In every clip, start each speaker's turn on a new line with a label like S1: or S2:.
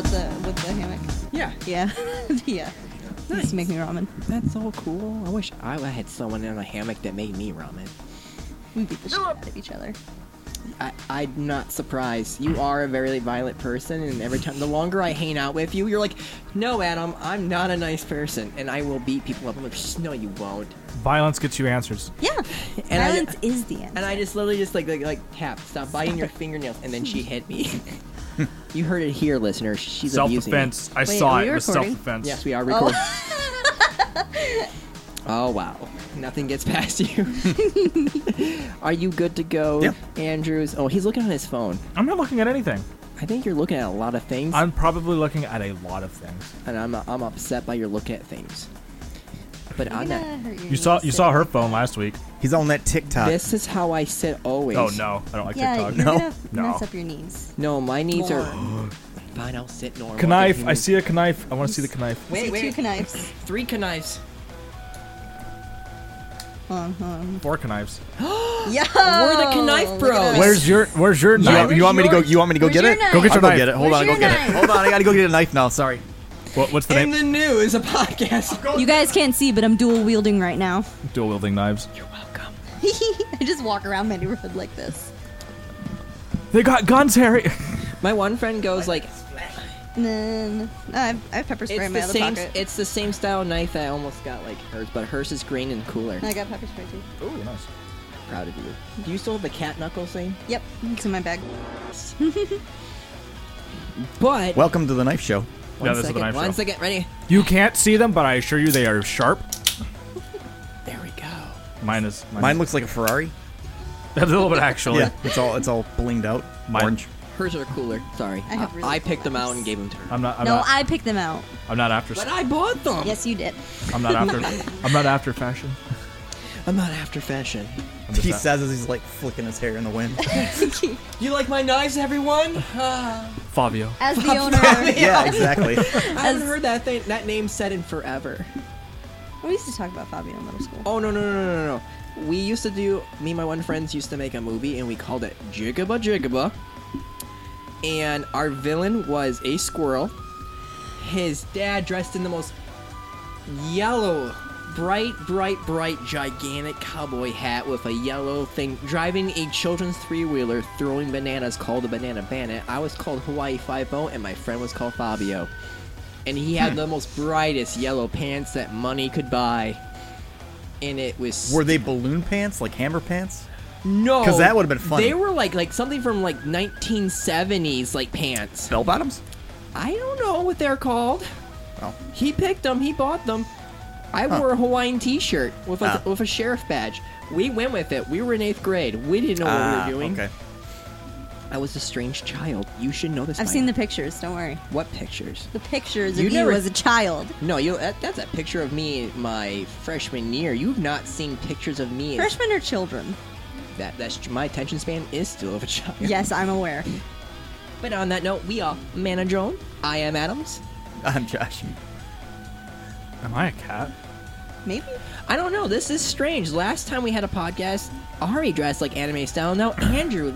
S1: Oh,
S2: the hammock.
S1: Yeah.
S2: Yeah, yeah. Just make me ramen.
S1: That's all cool. I wish I had someone in a hammock that made me ramen.
S2: We beat the shit out of each other.
S1: I, I'm not surprised. You are a very violent person, and every time, the longer I hang out with you, you're like, no, Adam, I'm not a nice person, and I will beat people up. I'm like, "Shh, no, you won't.
S3: Violence gets you answers.
S2: Yeah,
S1: And I-
S2: violence is the end.
S1: And I just literally just like like, like tap, stop biting your fingernails, and then she hit me. you heard it here, listener. She's
S3: Self
S1: abusing
S3: defense. I
S2: Wait,
S3: saw
S2: are
S3: it.
S2: we
S3: It was self
S2: recording?
S3: defense.
S1: Me. Yes, we are recording.
S2: oh,
S1: Oh wow, nothing gets past you. are you good to go,
S4: Yeah.
S1: Andrews? Oh, he's looking on his phone.
S3: I'm not looking at anything.
S1: I think you're looking at a lot of things,
S3: I'm probably looking at a lot of things.
S1: and I'm I'm upset by your looking at things. But
S2: I'm
S1: I'm
S2: gonna
S1: not.
S2: hurt your
S3: You saw you
S2: knees
S3: saw
S2: today.
S3: her phone last week.
S4: He's on that TikTok.
S1: This is how I sit always.
S3: Oh no, I don't like
S2: Yeah,
S3: TikTok.
S2: you're
S4: No.
S2: gonna
S3: No.
S2: mess up your knees.
S1: No, my knees are.
S2: More.
S1: Fine, I'll sit normal.
S3: Knife.
S1: Give
S3: I
S1: me-
S3: see a knife. I want to see the knife.
S1: Wait,
S2: See
S1: wait.
S2: two knives.
S1: Three knives.
S2: Hold on, hold on.
S3: Four knives.
S2: Yo,
S1: We're the knife
S2: look
S1: bros.
S2: at us.
S3: Where's your Where's your
S4: You,
S3: knife?
S4: want, you want me to go? You want me to go
S2: Where's
S4: get
S2: your
S4: it?
S2: knife?
S4: Go get
S3: I'll
S4: your
S3: go
S4: knife.
S3: get
S2: it. Hold Where's
S4: Hold on,
S2: on, I'll
S4: go
S2: go your
S4: get
S2: get
S4: it.
S2: it. knife?
S4: Hold on, I gotta go get a knife now. Sorry.
S3: What, what's the
S1: In
S3: name?
S1: the news, a podcast.
S2: You guys can't see, but I'm dual wielding right now.
S3: Dual wielding knives.
S1: You're welcome.
S2: I just walk around my neighborhood like this.
S3: They got guns, Harry.
S1: My one friend goes like,
S2: And then no, I've, I have pepper spray
S1: it's
S2: in my
S1: the
S2: other
S1: same.
S2: pocket.
S1: It's the same style knife that I almost got like hers, but hers is green and cooler.
S2: I got pepper spray too.
S3: Ooh, nice.
S1: Proud of you. Do you still have the cat knuckles thing?
S2: Yep, it's in my bag.
S1: But
S4: Welcome to the knife show.
S3: Yeah,
S1: one
S3: this is the
S1: second,
S3: knife
S1: one
S3: show.
S1: second, ready?
S3: You can't see them, but I assure you they are sharp.
S1: There we go.
S3: Mine is.
S4: Mine looks like a Ferrari.
S3: That's a little bit actually.
S4: Yeah, it's all it's all blinged out,
S3: Mine-
S4: orange.
S1: Hers are cooler. Sorry,
S2: I have really
S1: I
S2: cool
S1: picked them out
S2: knives.
S1: and gave them to her.
S3: I'm not. I'm
S2: no,
S3: not,
S2: I picked them out.
S3: I'm not after.
S1: but I bought them.
S2: Yes, you did.
S3: I'm not after. I'm not after fashion.
S1: I'm not after fashion.
S3: I'm just
S4: He
S3: not-
S4: says as he's like flicking his hair in the wind.
S1: You like my knives, everyone? Ah.
S3: Fabio.
S2: As the owner, what
S4: yeah, exactly.
S1: I haven't heard that thing, that name said in forever.
S2: we used to talk about Fabio in middle school.
S1: Oh no no no no no no. We used to do me and my one friends used to make a movie and we called it Jigaba Jigaba. And our villain was a squirrel. His dad dressed in the most yellow, bright, bright, bright, gigantic cowboy hat with a yellow thing, driving a children's three wheeler, throwing bananas called the Banana Bandit. I was called Hawaii Five O, and my friend was called Fabio. And he had
S4: Hmm.
S1: the most brightest yellow pants that money could buy. And it was
S4: Were they balloon pants, like hammer pants?
S1: no,
S4: 'Cause that would've been funny.
S1: They were like like something from like 1970s like pants.
S4: Bell bottoms?
S1: I don't know what they're called.
S4: Oh,
S1: He picked them. He bought them. I wore a Hawaiian T-shirt with a,
S4: Ah.
S1: with a sheriff badge. We went with it. We were in eighth grade. We didn't know what we were doing.
S4: Ah, okay.
S1: I was a strange child. You should know this.
S2: I've
S1: by
S2: seen
S1: now.
S2: the pictures. Don't worry.
S1: what pictures?
S2: The pictures
S1: You
S2: of
S1: never-
S2: you as a child.
S1: No, you. That, that's a picture of me my freshman year. You've not seen pictures of me. as-
S2: Freshmen are children.
S1: That that's my attention span is still of a child.
S2: Yes, I'm aware.
S1: But on that note, we are Manadrone. I am Adams.
S4: I'm Josh.
S3: Am I a cat?
S2: Maybe.
S1: I don't know. This is strange. Last time we had a podcast, Ari dressed like anime style. Now Andrew,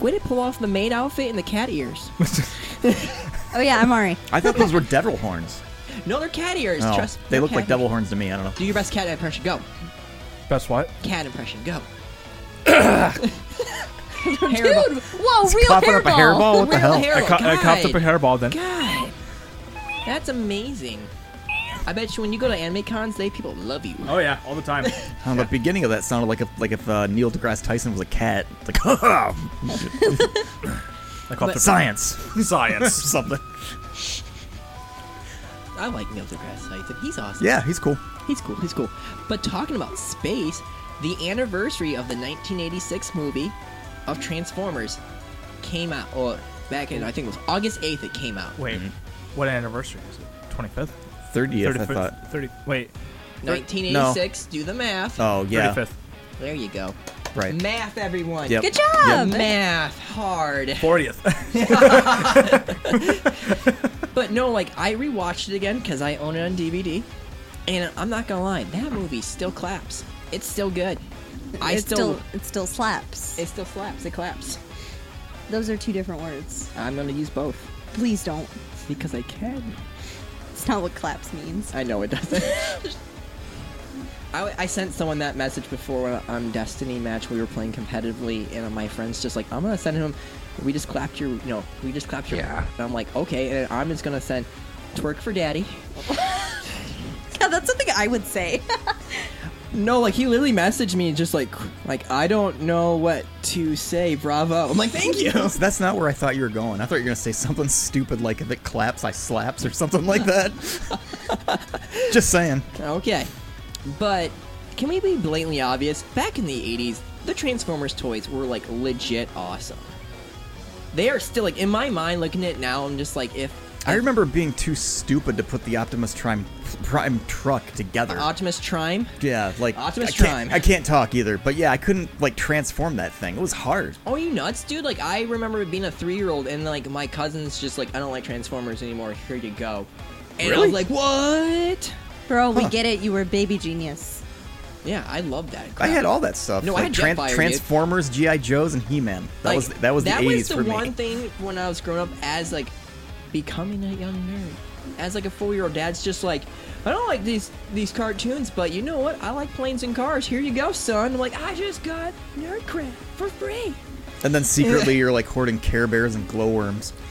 S1: way to pull off the maid outfit and the cat ears.
S2: Oh yeah, I'm Ari.
S4: I thought those were devil horns.
S1: No, they're cat ears.
S4: Oh,
S1: Trust.
S4: they
S1: they're
S4: look
S1: cat
S4: like devil horns to me. I don't know.
S1: Do your best cat impression. Go.
S3: Best what?
S1: Cat impression. Go.
S2: Dude, whoa, real
S4: Popping
S2: hairball.
S4: up a hairball? What the
S1: Real
S4: hell?
S1: hair-
S3: I, ca- I coughed up a hairball then.
S1: God, that's amazing. I bet you when you go to anime cons, they people love you.
S3: Oh yeah, all the time.
S4: Oh, the beginning of that sounded like if, like if uh, Neil deGrasse Tyson was a cat. It's Like, ha ha!
S3: I call it
S1: But-
S3: the
S4: Science.
S3: science.
S4: Something.
S1: I like Neil deGrasse Tyson. He's awesome.
S4: Yeah, he's cool.
S1: He's cool. He's cool. But talking about space, the anniversary of the 1986 movie of Transformers came out, or back in I think it was August 8th. It came out.
S3: Wait, what anniversary is it? Twenty fifth.
S4: 30th, Mm-hmm. I thought.
S3: 30. Wait.
S1: 1986. Do the math.
S4: Oh, yeah.
S3: 35th.
S1: There you go.
S4: Right.
S1: Math, everyone.
S4: Yep.
S2: Good job.
S1: Math hard.
S3: 40th.
S1: But no, like I rewatched it again because I own it on DVD, and I'm not gonna lie, that movie still claps. It's still good. I
S2: it
S1: still,
S2: it still slaps.
S1: it still slaps. It claps.
S2: Those are two different words.
S1: I'm gonna use both.
S2: Please don't.
S1: Because I can.
S2: It's not what claps means.
S1: I know it doesn't. I, I sent someone that message before on Destiny match we were playing competitively, and my friend's just like, I'm gonna send him. We just clapped your, you know, we just clapped your.
S5: Yeah.
S1: And I'm like, okay, and I'm just gonna send twerk for daddy.
S2: Yeah, that's something I would say.
S1: No, like he literally messaged me just like, like I don't know what to say. Bravo. I'm like, thank you.
S4: So that's not where I thought you were going. I thought you were going to say something stupid like if it claps, I slaps or something like that. Just saying.
S1: Okay. But can we be blatantly obvious? Back in the 80s, the Transformers toys were like legit awesome. They are still like in my mind looking at it now, I'm just like if
S4: I remember being too stupid to put the Optimus Prime, Prime truck together.
S1: Optimus Prime.
S4: yeah, like
S1: Optimus
S4: I can't,
S1: Prime.
S4: I can't talk either, but yeah, I couldn't like transform that thing. It was hard.
S1: Oh, you nuts, dude! Like I remember being a three-year-old, and like my cousins just like I don't like Transformers anymore. Here you go. And I
S4: Really?
S1: was like, what?
S2: Bro, we
S4: Huh.
S2: get it. You were a baby genius.
S1: Yeah, I love that.
S4: I
S1: crap.
S4: had all that stuff.
S1: No, I
S4: like
S1: had
S4: Tran-
S1: Jetfire, dude.
S4: Transformers, GI Joes, and He-Man. That
S1: Like,
S4: was that was the
S1: that
S4: 80s
S1: was the
S4: for
S1: one
S4: me.
S1: thing when I was growing up as like becoming a young nerd. As like a four year old dad's just like, I don't like these these cartoons, but you know what? I like planes and cars. Here you go, son. I'm like, I just got nerd crap for free.
S4: And then secretly, you're like hoarding Care Bears and glowworms.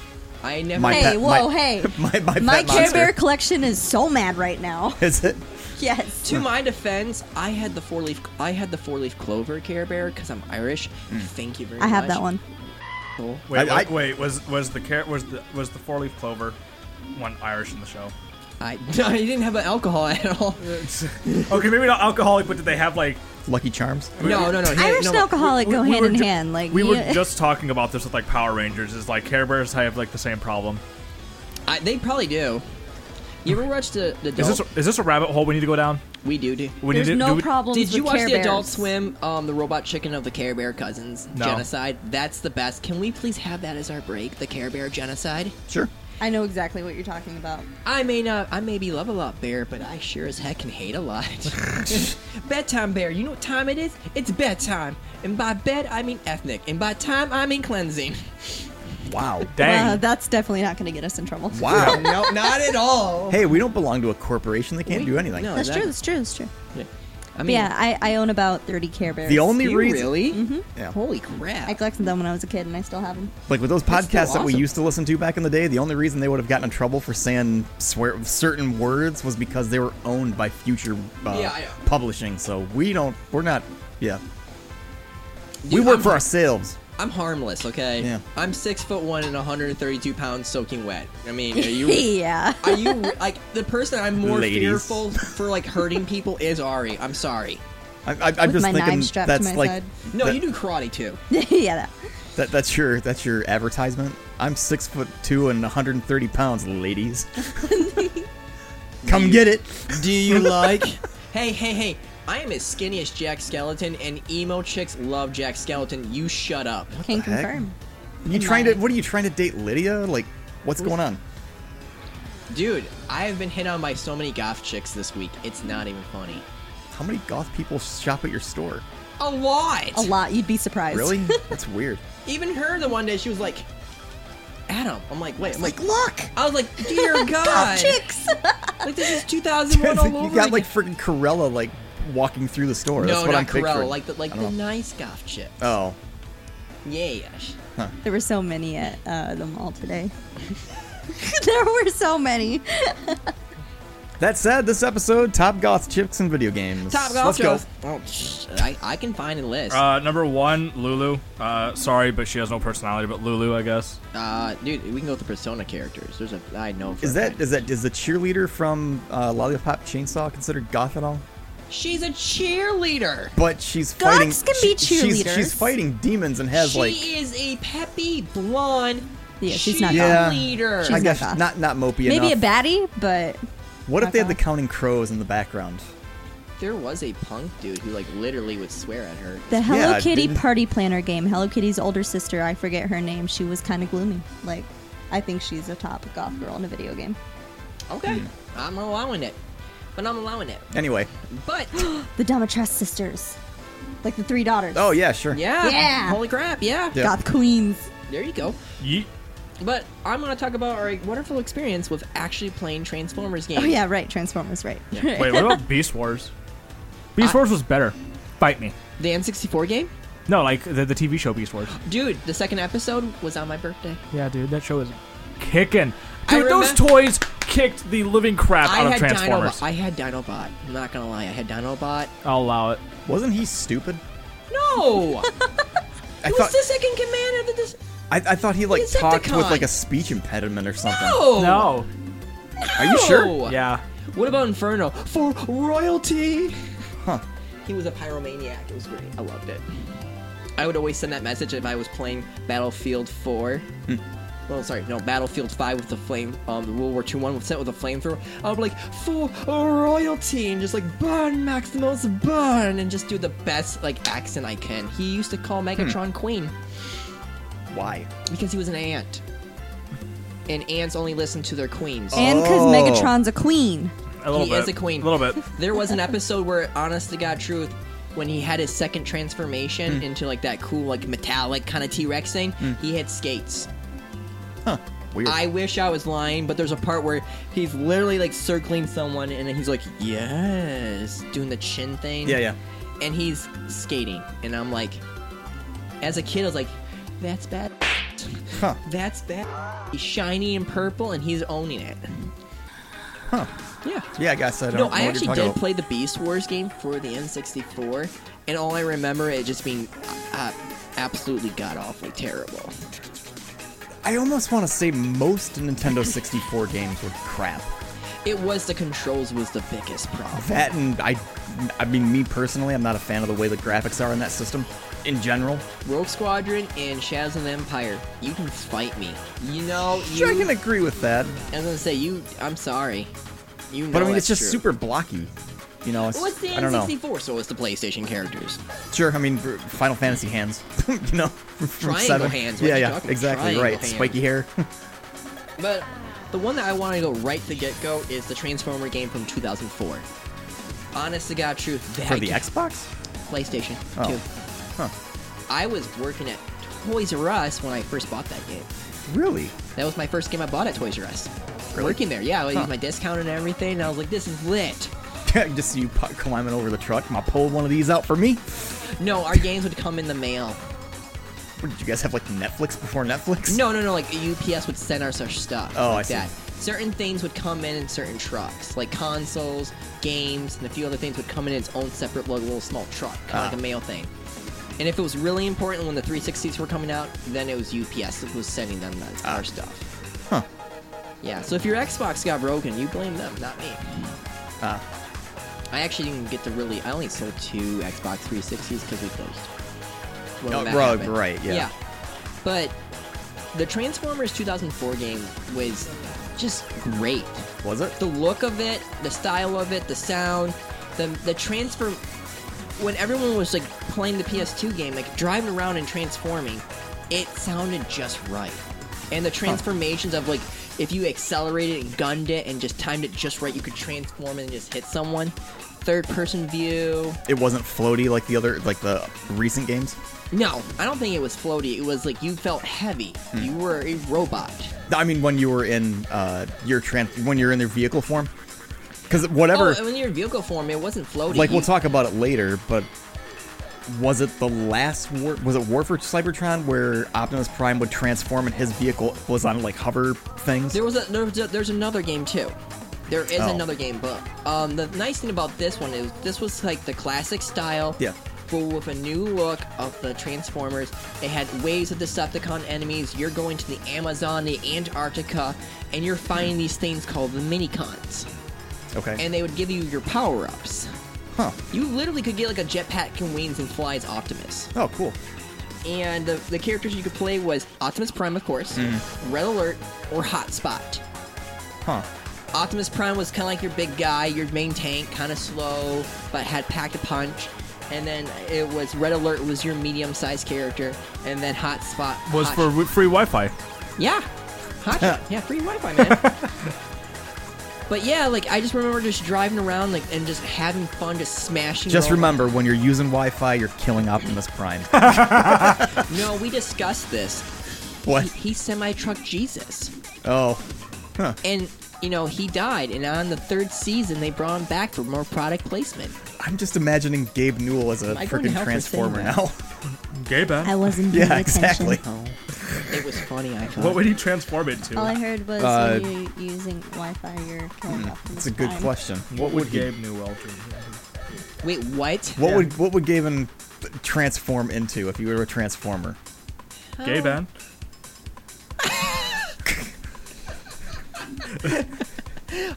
S1: I never
S4: My
S2: hey,
S4: pet-
S2: whoa,
S4: my-
S2: hey.
S4: my- my pet
S2: Care
S4: monster.
S2: Bear collection is so mad right now.
S4: Is it?
S2: yes.
S1: to my defense, I had the four leaf I had the four leaf clover care bear because I'm Irish.
S4: Hmm.
S1: Thank you very
S2: I
S1: much.
S2: have that one.
S1: Cool.
S3: Wait,
S4: I-
S3: wait,
S4: I-
S3: wait, was was the car- was the was the four leaf clover one Irish in the show?
S1: I, I didn't have an alcohol at all.
S3: okay, maybe not alcoholic, but did they have like
S4: Lucky Charms.
S1: No, no, no. hey,
S2: Irish
S1: no,
S2: and alcoholic go hand
S3: were
S2: in
S3: ju-
S2: hand. Like
S3: we were
S2: yeah.
S3: just talking about this with like Power Rangers. Is like Care Bears have like the same problem.
S1: I, they probably do. You ever watched the the?
S3: Is this
S1: Adult-
S3: is this a rabbit hole we need to go down?
S1: we do, do.
S3: We
S2: There's
S3: need to,
S2: no
S3: do we-
S2: problems
S1: Did you
S2: with
S1: watch
S2: Care
S1: the Adult
S2: Bears.
S1: Swim, um, the Robot Chicken of the Care Bear Cousins
S3: No.
S1: genocide? That's the best. Can we please have that as our break? The Care Bear genocide.
S4: Sure.
S2: I know exactly what you're talking about.
S1: I may not, I may be love a lot bear, but I sure as heck can hate a lot. bedtime bear. You know what time it is? It's bedtime, and by bed I mean ethnic, and by time I mean cleansing.
S4: Wow.
S2: Uh,
S3: Dang.
S2: that's definitely not going to get us in trouble.
S4: Wow.
S1: no, Oh, not at all.
S4: Hey, we don't belong to a corporation. They can't do anything.
S1: no.
S2: That's
S1: that-
S2: true. That's true. That's true.
S1: I
S2: But
S1: mean,
S2: yeah, I, I own about 30 Care Bears.
S4: The only
S1: you
S4: reason,
S1: really?
S4: Yeah.
S1: Mm-hmm. Holy crap!
S2: I collected them when I was a kid, and I still have them.
S4: like with those
S1: That's
S4: podcasts
S1: still
S4: that we
S1: awesome.
S4: used to listen to back in the day, the only reason they would have gotten in trouble for saying swear certain words was because they were owned by Future uh,
S1: Yeah, I know.
S4: Publishing. So we don't. We're not. Yeah. we
S1: Dude,
S4: work
S1: I'm-
S4: for ourselves.
S1: I'm harmless, okay?
S4: Yeah.
S1: I'm six foot one and 132 pounds soaking wet. I mean, are you?
S2: yeah.
S1: are you like the person I'm more
S4: Ladies.
S1: fearful for like hurting people is Ari. I'm sorry.
S4: I, I,
S2: With
S4: I'm just
S2: my knife
S4: thinking
S2: strapped to
S4: that's
S2: my
S4: like
S2: side.
S1: No,
S4: that-
S1: you do karate too.
S2: yeah. That.
S4: that, that's your that's your advertisement. I'm six foot two and 130 pounds, ladies. Come get it.
S1: Do you like? hey, hey, hey! I am as skinny as Jack Skeleton, and emo chicks love Jack Skeleton. You shut up.
S2: Can
S4: the heck?
S2: confirm.
S4: You trying to? What are you trying to date Lydia? Like, what's going on?
S1: Dude, I have been hit on by so many goth chicks this week. It's not even funny.
S4: How many goth people shop at your store?
S1: A lot.
S2: A lot. You'd be surprised.
S4: Really? That's weird.
S1: Even her, the one day she was like, "Adam," I'm like, "Wait," I'm like,
S4: look.
S1: I was like, "Dear God!"
S2: Chicks.
S1: Like this is 2001 all over
S4: you got like
S1: again.
S4: freaking Corella like walking through the store. That's
S1: no,
S4: what
S1: not
S4: I'm
S1: Corella,
S4: picturing.
S1: like the like
S4: I don't
S1: the
S4: know.
S1: nice goth chip.
S4: Oh,
S1: Yeah.
S2: There were so many at uh, the mall today. there were so many.
S4: that said, this episode top goth chicks and video games.
S1: Top
S4: Let's
S1: goth
S4: go.
S1: chicks. Oh, sh- I I can find a list. Uh,
S3: Uh, number one, Lulu. Uh, sorry, but she has no personality. But Lulu, I guess.
S1: Uh, dude, we can go with the Persona characters. There's a I know. For
S4: Is
S1: a
S4: that
S1: fact.
S4: is that is the cheerleader from uh, Lollipop Chainsaw considered goth at all?
S1: She's a cheerleader.
S4: But she's
S2: Goths
S4: fighting.
S2: can be
S4: she- she's,
S2: cheerleaders.
S4: she's fighting demons and has
S1: she
S4: like
S1: is a peppy blonde.
S2: Yeah, she's not
S4: Yeah.
S1: cheerleader.
S2: She's
S4: I
S2: not
S4: guess
S2: goth.
S4: not not, mopey
S2: Maybe
S4: enough.
S2: a baddie, but
S4: what if
S2: not
S4: they had the
S2: goth.
S4: Counting Crows in the background?
S1: There was a punk dude who like literally would swear at her.
S2: the Hello
S4: Yeah,
S2: Kitty
S4: didn't-
S2: party planner game. Hello Kitty's older sister. I forget her name. She was kind of gloomy. Like, I think she's a top goth girl in a video game.
S1: Okay,
S4: Hmm.
S1: I'm allowing it, but I'm allowing it.
S4: Anyway,
S1: But
S2: The Domatress sisters, like the three daughters.
S4: oh yeah, sure.
S1: yeah,
S2: Yeah.
S1: holy crap, yeah.
S4: Oh, Yeah.
S2: Goth queens.
S1: There you go.
S3: Yeet.
S1: But I'm going to talk about our wonderful experience with actually playing Transformers games.
S2: Oh yeah, right. Transformers, right.
S1: Yeah.
S3: Wait, what about Beast Wars? Beast
S1: I-
S3: Wars was better. Fight me.
S1: The N64 game?
S3: No, like the, the TV show Beast Wars.
S1: Dude, the second episode was on my birthday.
S3: Yeah, dude, that show is kicking.
S1: I
S3: Dude, those
S1: remem-
S3: toys kicked the living crap out
S1: I
S3: of
S1: had
S3: Transformers.
S1: Dinobot. I had Dinobot. I'm not going to lie. I had Dinobot.
S3: I'll allow it.
S4: Wasn't he stupid?
S1: No!
S4: I
S1: Who's
S4: thought
S1: the second command of the. Dis-
S4: I, I thought he like
S1: He's a
S4: talked with
S1: Decepticon.
S4: like a speech impediment or something.
S1: no!
S3: No.
S4: Are you sure?
S1: No!
S3: Yeah.
S1: What about Inferno? For royalty!
S4: Huh.
S1: He was a pyromaniac. It was great. I loved it. I would always send that message if I was playing Battlefield 4. Well, sorry, no, Battlefield 5 with the flame, um, the World War II one with set with a flamethrower. I would be like, for royalty, and just like, burn, Maximus, burn, and just do the best, like, accent I can. He used to call Megatron Queen
S4: Why?
S1: because he was an ant. And ants only listen to their queens.
S2: And because
S4: Oh.
S2: Megatron's a queen.
S3: A little
S1: He
S3: bit.
S1: is a queen.
S3: A little bit.
S1: There was an episode where, honest to God, truth, when he had his second
S4: Hmm.
S1: transformation into like that cool, like metallic kind of T Rex thing, he had skates.
S4: Huh. Weird.
S1: I wish I was lying, but there's a part where he's literally like circling someone and he's like, yes, doing the chin thing.
S4: Yeah, yeah.
S1: And he's skating. And I'm like, as a kid, I was like, that's bad.
S4: Huh.
S1: That's bad. He's shiny and purple and he's owning it.
S4: Huh.
S1: Yeah.
S4: Yeah, I guess I don't.
S1: No,
S4: know
S1: I
S4: what you're
S1: actually
S4: talking
S1: did
S4: about.
S1: play the Beast Wars game for the N64, and all I remember it just being uh, absolutely god awfully terrible.
S4: I almost want to say most Nintendo 64 games were crap.
S1: It was the controls was the biggest problem.
S4: That and I, I mean, me personally, I'm not a fan of the way the graphics are in that system, in general.
S1: Rogue Squadron and Shadows of the Empire, you can fight me. You know, you,
S4: Sure, I can agree with that,
S1: I was gonna say you. I'm sorry. You know,
S4: but I mean, it's
S1: that's
S4: just
S1: true.
S4: super blocky. You know, it's,
S1: Well, it's the
S4: I don't know.
S1: N64, so it's the PlayStation characters.
S4: Sure, I mean, for Final Fantasy hands, you know, from
S1: Triangle
S4: seven.
S1: hands, what
S4: Yeah,
S1: you
S4: yeah,
S1: talking-
S4: exactly
S1: triangle
S4: right.
S1: hands.
S4: Spiky hair.
S1: But the one that I want to go right to get go is the Transformer game from 2004. Honest to God, truth. That
S4: for the
S1: game-
S4: Xbox.
S1: PlayStation
S4: Oh.
S1: 2.
S4: Huh.
S1: I was working at Toys R Us when I first bought that game.
S4: Really?
S1: That was my first game I bought at Toys R Us.
S4: Really?
S1: Working there, yeah. I
S4: Huh.
S1: used my discount and everything, and I was like, this is lit.
S4: just see you pu- climbing over the truck. Ma pull one of these out for me.
S1: No, our games would come in the mail.
S4: What, did you guys have like Netflix before Netflix?
S1: No, no, no, like UPS would send us our stuff.
S4: Oh,
S1: like
S4: I see.
S1: That. Certain things would come in in certain trucks, like consoles, games, and a few other things would come in its own separate little, little small truck, kind of
S4: Ah.
S1: like a mail thing. And if it was really important when the 360s were coming out, then it was UPS that was sending them that,
S4: Ah.
S1: our stuff.
S4: Huh.
S1: Yeah, so if your Xbox got broken, you blame them, not me.
S4: Ah.
S1: I actually didn't get to really. I only sold two Xbox 360s because we closed. When
S4: Oh,
S1: that
S4: right,
S1: happened.
S4: right, yeah.
S1: But the Transformers 2004 game was just great.
S4: Was it?
S1: The look of it, the style of it, the sound, the the transfer. When everyone was like playing the PS2 game, like driving around and transforming, it sounded just right. And the transformations of like if you accelerated and gunned it and just timed it just right, you could transform and just hit someone. Third person view.
S4: It wasn't floaty like the other, like the recent games.
S1: No, I don't think it was floaty. It was like you felt heavy. You were a robot.
S4: I mean, when you were in uh, your trans, when you're in their vehicle form, because whatever,
S1: Oh, and when you're in vehicle form, it wasn't floaty.
S4: like we'll
S1: You-
S4: talk about it later, but was it the last war? Was it War for Cybertron where Optimus Prime would transform and his vehicle was on like hover things?
S1: There was a, there was a, there's another game too. There is
S4: Oh.
S1: another game, but um, the nice thing about this one is this was like the classic style.
S4: Yeah.
S1: But with a new look of the Transformers, they had waves of Decepticon enemies. You're going to the Amazon, the Antarctica, and you're finding these things called the Minicons,
S4: okay.
S1: and they would give you your power ups.
S4: huh.
S1: You literally could get like a jetpack and wings and fly as Optimus.
S4: Oh, cool.
S1: and the, the characters you could play was Optimus Prime, of course,
S4: Mm-hmm.
S1: Red Alert, or Hotspot.
S4: Huh.
S1: Optimus Prime was kind of like your big guy, your main tank, kind of slow, but had packed a punch. And then it was Red Alert was your medium-sized character, and then Hotspot
S3: Was
S1: Hot-
S3: for w- free Wi-Fi.
S1: yeah, Hotshot. yeah, free Wi-Fi, man. but yeah, like I just remember just driving around, like and just having fun, just smashing.
S4: Just
S1: roll-
S4: remember, when you're using Wi-Fi, you're killing Optimus Prime.
S1: No, we discussed this.
S4: What?
S1: He, he semi trucked Jesus.
S4: Oh, huh.
S1: And, you know, he died. And on the third season, they brought him back for more product placement.
S4: I'm just imagining Gabe Newell as a
S1: Am I going to
S4: freaking
S1: hell for saying
S4: transformer
S1: that?
S4: now.
S3: Gay back.
S2: I wasn't paying
S4: yeah,
S2: attention.
S4: exactly.
S1: Oh. It was funny, I thought.
S3: What would he transform into?
S2: All I heard was
S4: Uh, hmm,
S2: when you're using Wi-Fi, you're killing off
S4: That's a good question.
S3: what would
S4: he-
S3: Gabe Newell do?
S1: Wait, what?
S4: What
S3: Yeah.
S4: would what would Gaben transform into if you were a transformer?
S3: Gay ban.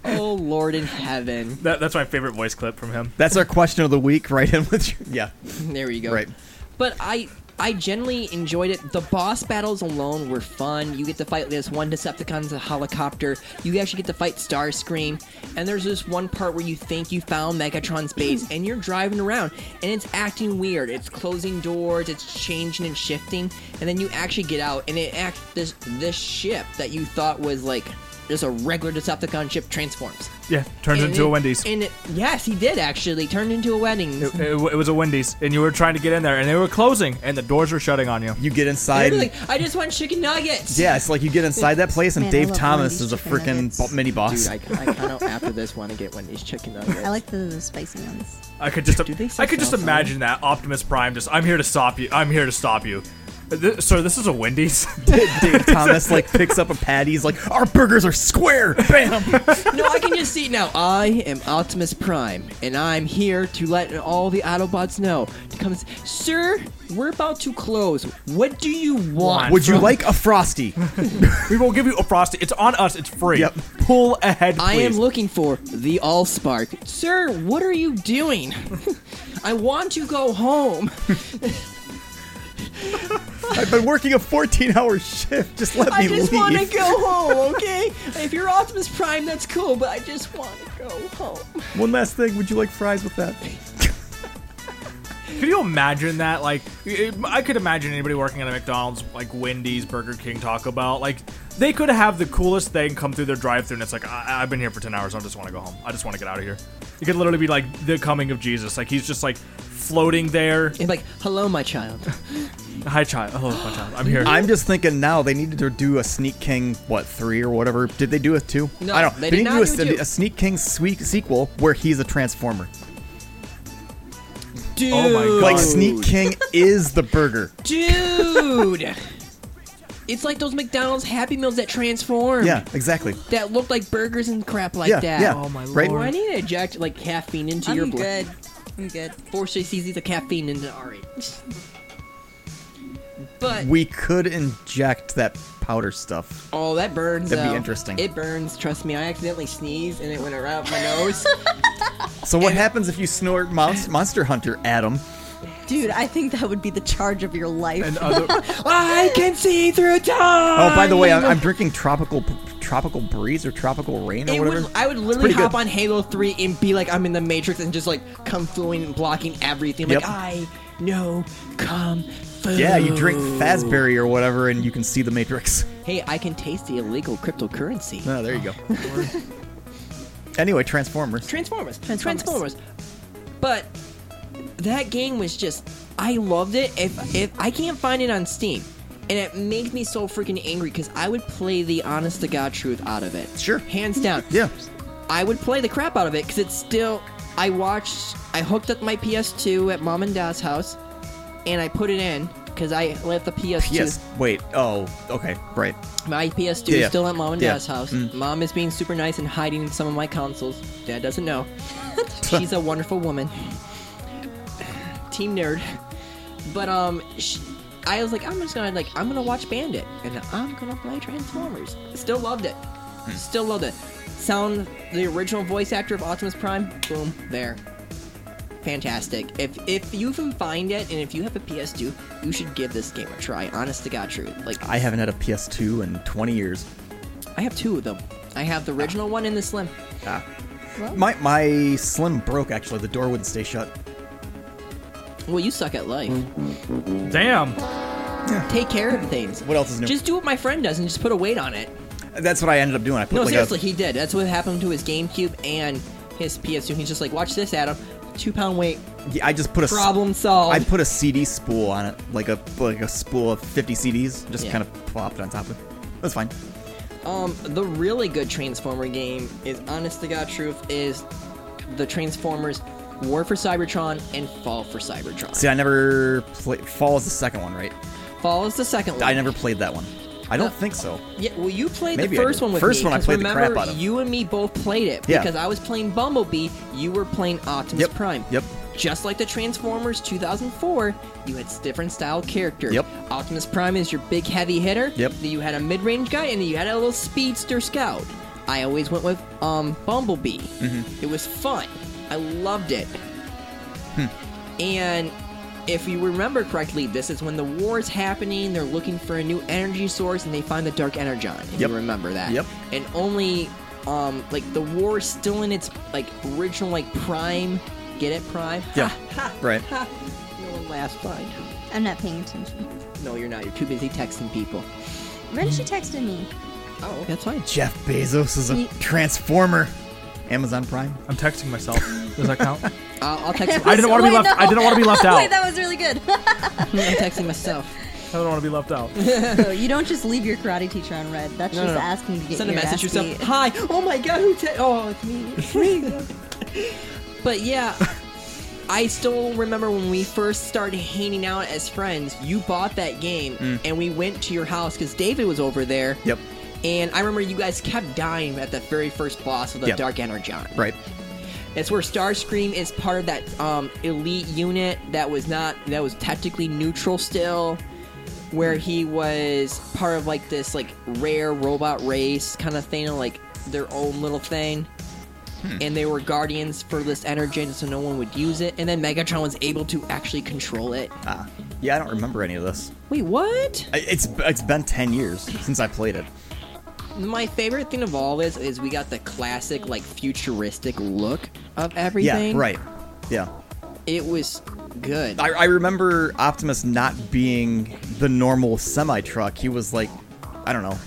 S1: Oh, Lord in heaven.
S3: That, that's my favorite voice clip from him.
S4: That's our question of the week. Right in with you. Yeah.
S1: There you go.
S4: Right.
S1: But I I generally enjoyed it. The boss battles alone were fun. You get to fight this one Decepticon's helicopter. You actually get to fight Starscream. And there's this one part where you think you found Megatron's base and you're driving around and it's acting weird. It's closing doors, it's changing and shifting. And then you actually get out and it act this this ship that you thought was like just a regular Decepticon ship transforms.
S3: Yeah, turns
S1: And
S3: into a
S1: it-
S3: Wendy's. It,
S1: And it, yes, he did actually. Turned into a wedding.
S3: it, it was a Wendy's, and you were trying to get in there, and they were closing, and the doors were shutting on you.
S4: You get
S1: I,
S4: inside.
S1: like, I just want chicken nuggets.
S4: yeah, it's like you get inside that place and
S2: Man, I
S4: Dave
S2: love
S4: Thomas
S2: Wendy's
S4: is a
S2: chicken
S4: freaking
S2: nuggets.
S4: bo- mini boss.
S1: Dude, I, I kind of after this want to get Wendy's chicken nuggets.
S2: I like the, the spicy ones.
S3: I could just,
S1: Do they
S3: I could just
S1: sell
S3: imagine that Optimus Prime just, I'm here to stop you. I'm here to stop you. Uh, thi- sir, this is a Wendy's.
S4: Dave Thomas like picks up a patty. He's like, our burgers are square. Bam.
S1: no, I can just see now. I am Optimus Prime, and I'm here to let all the Autobots know to come. s- Sir, we're about to close. What do you want?
S4: Would you like a frosty?
S3: we will give you a frosty. It's on us. It's free.
S4: Yep.
S3: Pull ahead, please.
S1: I am looking for the Allspark. Sir, what are you doing? I want to go home.
S4: I've been working a 14-hour shift. Just let
S1: I
S4: me
S1: just want to
S4: leave.
S1: go home, okay? if you're Optimus Prime, that's cool, but I just want to go home.
S4: One last thing. Would you like fries with that?
S3: Could you imagine that? Like, it- I could imagine anybody working at a McDonald's, like Wendy's, Burger King, Taco Bell. Like, they could have the coolest thing come through their drive-through, and it's like, I- I've been here for ten hours. I just want to go home. I just want to get out of here. It could literally be like the coming of Jesus. Like he's just like floating there.
S1: And like, hello, my child.
S3: Hi, child. Hello, my child. I'm here.
S4: I'm just thinking now they needed to do a Sneak King what three or whatever. Did they do a two?
S1: No,
S4: I don't.
S1: they did
S4: need
S1: not
S4: to do
S1: do
S4: a,
S1: two.
S4: a Sneak King sweet sequel where he's a transformer.
S1: Dude.
S3: Oh my God.
S4: Like Sneak King is the burger.
S1: Dude! it's like those McDonald's Happy Meals that transform.
S4: Yeah, exactly.
S1: That look like burgers and crap like
S4: Yeah,
S1: that.
S4: yeah.
S1: Oh my
S4: Right?
S1: lord. I need to inject like caffeine into your
S2: I'm
S1: blood.
S2: good. I'm good.
S1: Force JCZ the caffeine into Ari. but
S4: We could inject that powder stuff.
S1: oh, that burns.
S4: That'd be
S1: though.
S4: interesting.
S1: It burns. Trust me. I accidentally sneezed and it went right up my nose.
S4: So what happens if you snort Monst- Monster Hunter, Adam?
S2: Dude, I think that would be the charge of your life.
S4: uh,
S3: and other,
S1: I can see through time.
S4: Oh, by the way, I'm, I'm drinking tropical tropical breeze or tropical rain or
S1: It
S4: whatever.
S1: would, I would literally
S4: pretty
S1: hop
S4: good.
S1: on Halo 3 and be like I'm in the Matrix and just like come fluent and blocking everything.
S4: Yep.
S1: Like I know come food.
S4: yeah, you drink Fazberry or whatever, and you can see the Matrix.
S1: Hey, I can taste the illegal cryptocurrency.
S4: Oh, there you go. anyway, Transformers.
S1: Transformers.
S2: Transformers.
S1: Transformers. But that game was just I loved it. If if I can't find it on Steam. And it makes me so freaking angry because I would play the honest to God truth out of it.
S4: Sure.
S1: Hands down.
S4: Yeah.
S1: I would play the crap out of it because it's still. I watched. I hooked up my PS2 at mom and dad's house, and I put it in because I left the PS2.
S4: Yes. Wait. Oh. Okay. Right.
S1: My PS2
S4: Yeah.
S1: is still at mom and
S4: Yeah. Mm.
S1: dad's house. Mom is being super nice and hiding some of my consoles. Dad doesn't know. She's a wonderful woman. Team nerd. But um, sh I was like, I'm just gonna like, I'm gonna watch Bandit, and I'm gonna play Transformers. Still loved it.
S4: Hmm.
S1: Still loved it. Sound the original voice actor of Optimus Prime. Boom, there. Fantastic. If if you can find it, and if you have a PS2, you should give this game a try. Honest to God, truth. Like
S4: I haven't had a PS2 in 20 years.
S1: I have two of them. I have the original one and the slim.
S4: Ah.
S2: Well,
S4: My my Slim broke actually. The door wouldn't stay shut.
S1: Well, you suck at life.
S3: damn.
S1: Take care of things.
S4: What else is new?
S1: Just do what my friend does and just put a weight on it.
S4: That's what I ended up doing. I put
S1: No,
S4: like
S1: seriously,
S4: a
S1: he did. That's what happened to his GameCube and his PS2. He's just like, watch this, Adam. Two pound weight,
S4: Yeah, I just put a s-
S1: Problem solved.
S4: I put a CD spool on it, like a like a spool of 50 CDs, just
S1: Yeah.
S4: kind of plopped on top of. it. That's fine.
S1: Um, the really good Transformer game is, honest to God truth, is the Transformers War for Cybertron and Fall for Cybertron.
S4: See, I never play. Fall is the second one, right?
S1: Fall is the second one.
S4: I never played that one. I don't
S1: Uh,
S4: think so.
S1: Yeah, well, you played
S4: Maybe I
S1: the first
S4: did.
S1: one with
S4: First
S1: me.
S4: one I
S1: 'cause
S4: played the
S1: remember,
S4: crap out of.
S1: You and me both played it
S4: Yeah.
S1: because I was playing Bumblebee. You were playing Optimus
S4: Yep.
S1: Prime.
S4: Yep.
S1: Just like the Transformers 2004, you had different style characters.
S4: Yep.
S1: Optimus Prime is your big heavy hitter.
S4: Yep.
S1: Then you had a mid range guy, and then you had a little speedster scout. I always went with um, Bumblebee.
S4: Mm-hmm.
S1: It was fun. I loved it. And if you remember correctly, this is when the war is happening. They're looking for a new energy source, and they find the Dark Energon. If
S4: Yep.
S1: you remember that.
S4: Yep.
S1: And only, um, like the war is still in its like original like prime. Get it, prime?
S4: Yeah.
S1: Ha,
S4: Right.
S1: ha. no one laughs. Fine.
S2: I'm not paying attention.
S1: No, you're not. You're too busy texting people.
S2: When she texted me,
S1: Oh, okay, that's fine.
S4: Jeff Bezos is a
S2: Ye-
S4: transformer. Amazon Prime.
S3: I'm texting myself. Does that count?
S1: I'll, I'll text.
S3: I didn't want to be
S2: Wait,
S3: left.
S2: no.
S3: I didn't want to be left
S2: wait,
S3: out.
S2: that was really good.
S1: I'm texting myself.
S3: I don't want to be left out.
S2: No, you don't just leave your karate teacher on red. That's
S1: No,
S2: just
S1: no, no.
S2: asking to get
S1: Send a
S2: your
S1: message
S2: ass
S1: yourself.
S2: beat.
S1: Hi. Oh my God. Who? Te- oh, it's me. It's me. but yeah, I still remember when we first started hanging out as friends. You bought that game, and we went to your house because David was over there.
S4: Mm. Yep.
S1: And I remember you guys kept dying at the very first boss of the
S4: Yep.
S1: Dark Energon.
S4: Right.
S1: It's where Starscream is part of that um, elite unit that was not that was tactically neutral still, where he was part of like this like rare robot race kind of thing, like their own little thing.
S4: Hmm.
S1: And they were guardians for this energen, so no one would use it. And then Megatron was able to actually control it.
S4: Ah. Yeah, I don't remember any of this.
S1: Wait, what?
S4: I- It's it's been 10 years since I played it.
S1: My favorite thing of all this is we got the classic, like futuristic look of everything.
S4: Yeah. Right. Yeah.
S1: It was good.
S4: I, I remember Optimus not being the normal semi truck. He was like, I don't know.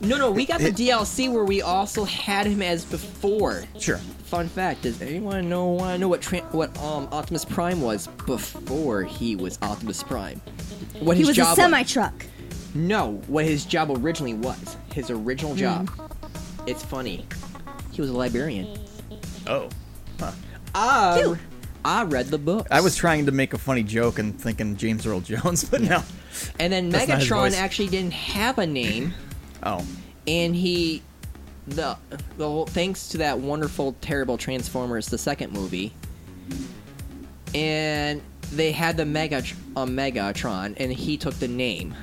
S1: No, no, we got the DLC where we also had him as before.
S4: Sure.
S1: Fun fact: Does anyone know want to know what tran what um Optimus Prime was before he was Optimus Prime? What
S2: He
S1: his
S2: was a
S1: job
S2: semi truck.
S1: No, what his job originally was. His original
S2: Hmm.
S1: job. It's funny. He was a librarian.
S4: Oh.
S1: I,
S2: Cute.
S1: I read the book.
S4: I was trying to make a funny joke and thinking James Earl Jones, but no.
S1: and then
S4: That's not his
S1: Megatron
S4: voice.
S1: actually didn't have a name.
S4: Oh.
S1: and he the the whole thanks to that wonderful terrible transformers the second movie and they had the mega uh, megatron and he took the name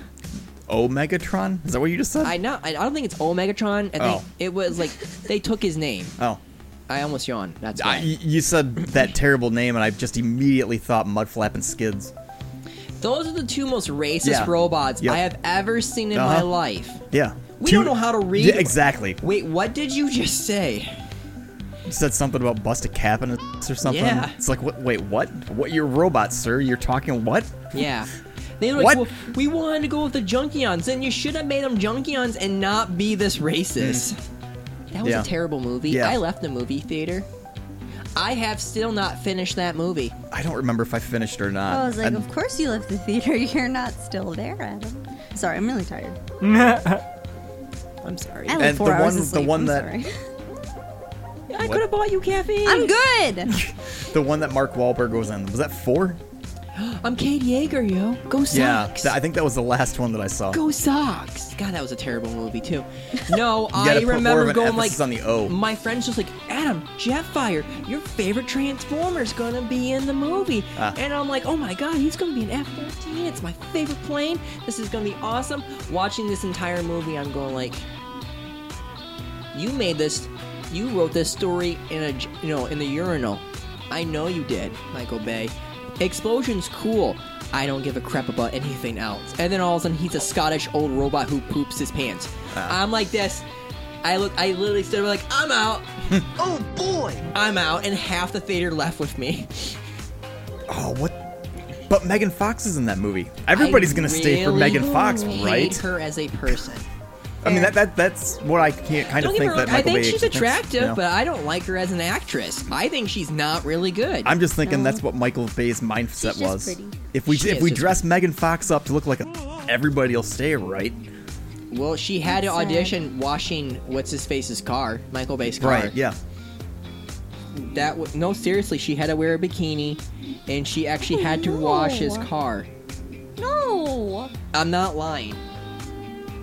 S4: Omegatron? Is that what you just said?
S1: i know i don't think it's old megatron i think
S4: Oh.
S1: it was like they took his name
S4: oh.
S1: i almost yawned that's
S4: I,
S1: why.
S4: y- you said that terrible name, and I just immediately thought Mudflap and Skids.
S1: those are the two most racist
S4: Yeah.
S1: robots
S4: Yep.
S1: i have ever seen in my
S4: Uh-huh.
S1: life
S4: Yeah.
S1: We
S4: Two-
S1: don't know how to read.
S4: Yeah, exactly.
S1: wait what did you just say
S4: You said something about bust a cap in his or something.
S1: Yeah.
S4: It's like, what, wait, what? What? You're a robot, sir. You're talking what?
S1: Yeah. They were like,
S4: What?
S1: "Well, we wanted to go with the Junkions, and you should have made them Junkions and not be this racist. That was
S4: Hmm. Yeah.
S1: a terrible movie.
S4: Yeah.
S1: I left the movie theater. I have still not finished that movie.
S4: I don't remember if I finished or not.
S2: I was
S1: um,
S2: like,
S4: And-
S2: of course you left the theater. You're not still there, Adam. Sorry, I'm really tired.
S1: I'm sorry.
S2: I
S1: I,
S2: only
S4: And
S2: four
S4: the
S2: hours of
S4: one- the
S2: sleep.
S4: one
S2: I'm
S4: that-
S2: sorry.
S1: could have bought you caffeine.
S2: I'm good.
S4: The one that Mark Wahlberg was in was that four?
S1: I'm Kate Yeager, yo. Go Sox.
S4: Th- I think that was the last one that I saw.
S1: Go Sox. God, that was a terrible movie too. No,
S4: gotta
S1: I
S4: put more of
S1: remember
S4: an
S1: going
S4: emphasis
S1: like
S4: on the O.
S1: My friend's just like Adam Jetfire, your favorite Transformer's gonna be in the movie,
S4: Ah.
S1: and I'm like, oh my god, he's gonna be an F-13. It's my favorite plane. This is gonna be awesome. Watching this entire movie, I'm going like, you made this, you wrote this story in a j- you know in the urinal. I know you did, Michael Bay. Explosions cool. I don't give a crap about anything else. And then all of a sudden, he's a Scottish old robot who poops his pants.
S4: Uh-huh.
S1: I'm like this. I look. I literally stood there like, I'm out. oh boy, I'm out, and half the theater left with me.
S4: Oh, what? But Megan Fox is in that movie. Everybody's
S1: I
S4: gonna stay for
S1: really
S4: Megan Fox,
S1: hate
S4: right?
S1: Her as a person.
S4: I mean,
S2: Fair.
S4: that, that that's what I can't kind
S1: Don't get
S4: of
S1: me
S4: think
S1: wrong.
S4: that
S1: I
S4: Michael
S1: think
S4: Bay
S1: she's
S4: thinks,
S1: attractive,
S4: you know?
S1: but I don't like her as an actress. I think she's not really good.
S4: I'm just thinking
S2: No.
S4: that's what Michael Bay's mindset
S2: She's just
S4: was.
S2: pretty.
S4: If we
S1: She
S4: if
S1: is
S4: we
S1: just
S4: dress Megan Fox up to look like a, everybody'll stay right.
S1: well, she had to
S2: Sad.
S1: audition washing what's his face's car, Michael Bay's car.
S4: Right? Yeah.
S1: That w- no, seriously, she had to wear a bikini, and she actually had to wash his
S2: No.
S1: car.
S2: No.
S1: I'm not lying.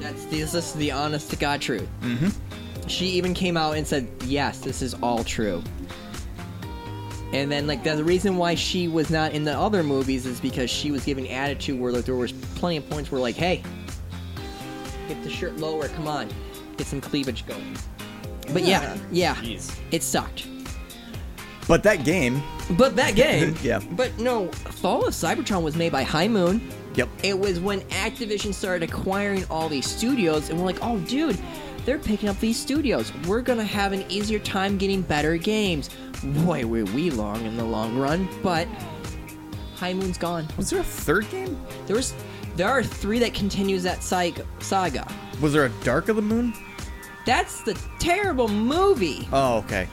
S1: That's this is the honest to god truth. Mm-hmm. She even came out and said, "Yes, this is all true." And then, like, the reason why she was not in the other movies is because she was giving attitude where like, there was plenty of points where, like, "Hey, get the shirt lower, come on, get some cleavage going." But yeah, yeah,
S5: Jeez.
S1: it sucked.
S4: But that game.
S1: But that game,
S4: Yeah.
S1: But no, Fall of Cybertron was made by High Moon.
S4: Yep.
S1: It was when Activision started acquiring all these studios, and we're like, oh, dude, they're picking up these studios. We're gonna have an easier time getting better games. Boy, were we long in the long run, but High Moon's gone.
S4: Was there a third game?
S1: There's, there are three that continues that psych- saga.
S4: Was there a Dark of the Moon?
S1: That's the terrible movie.
S4: Oh, okay.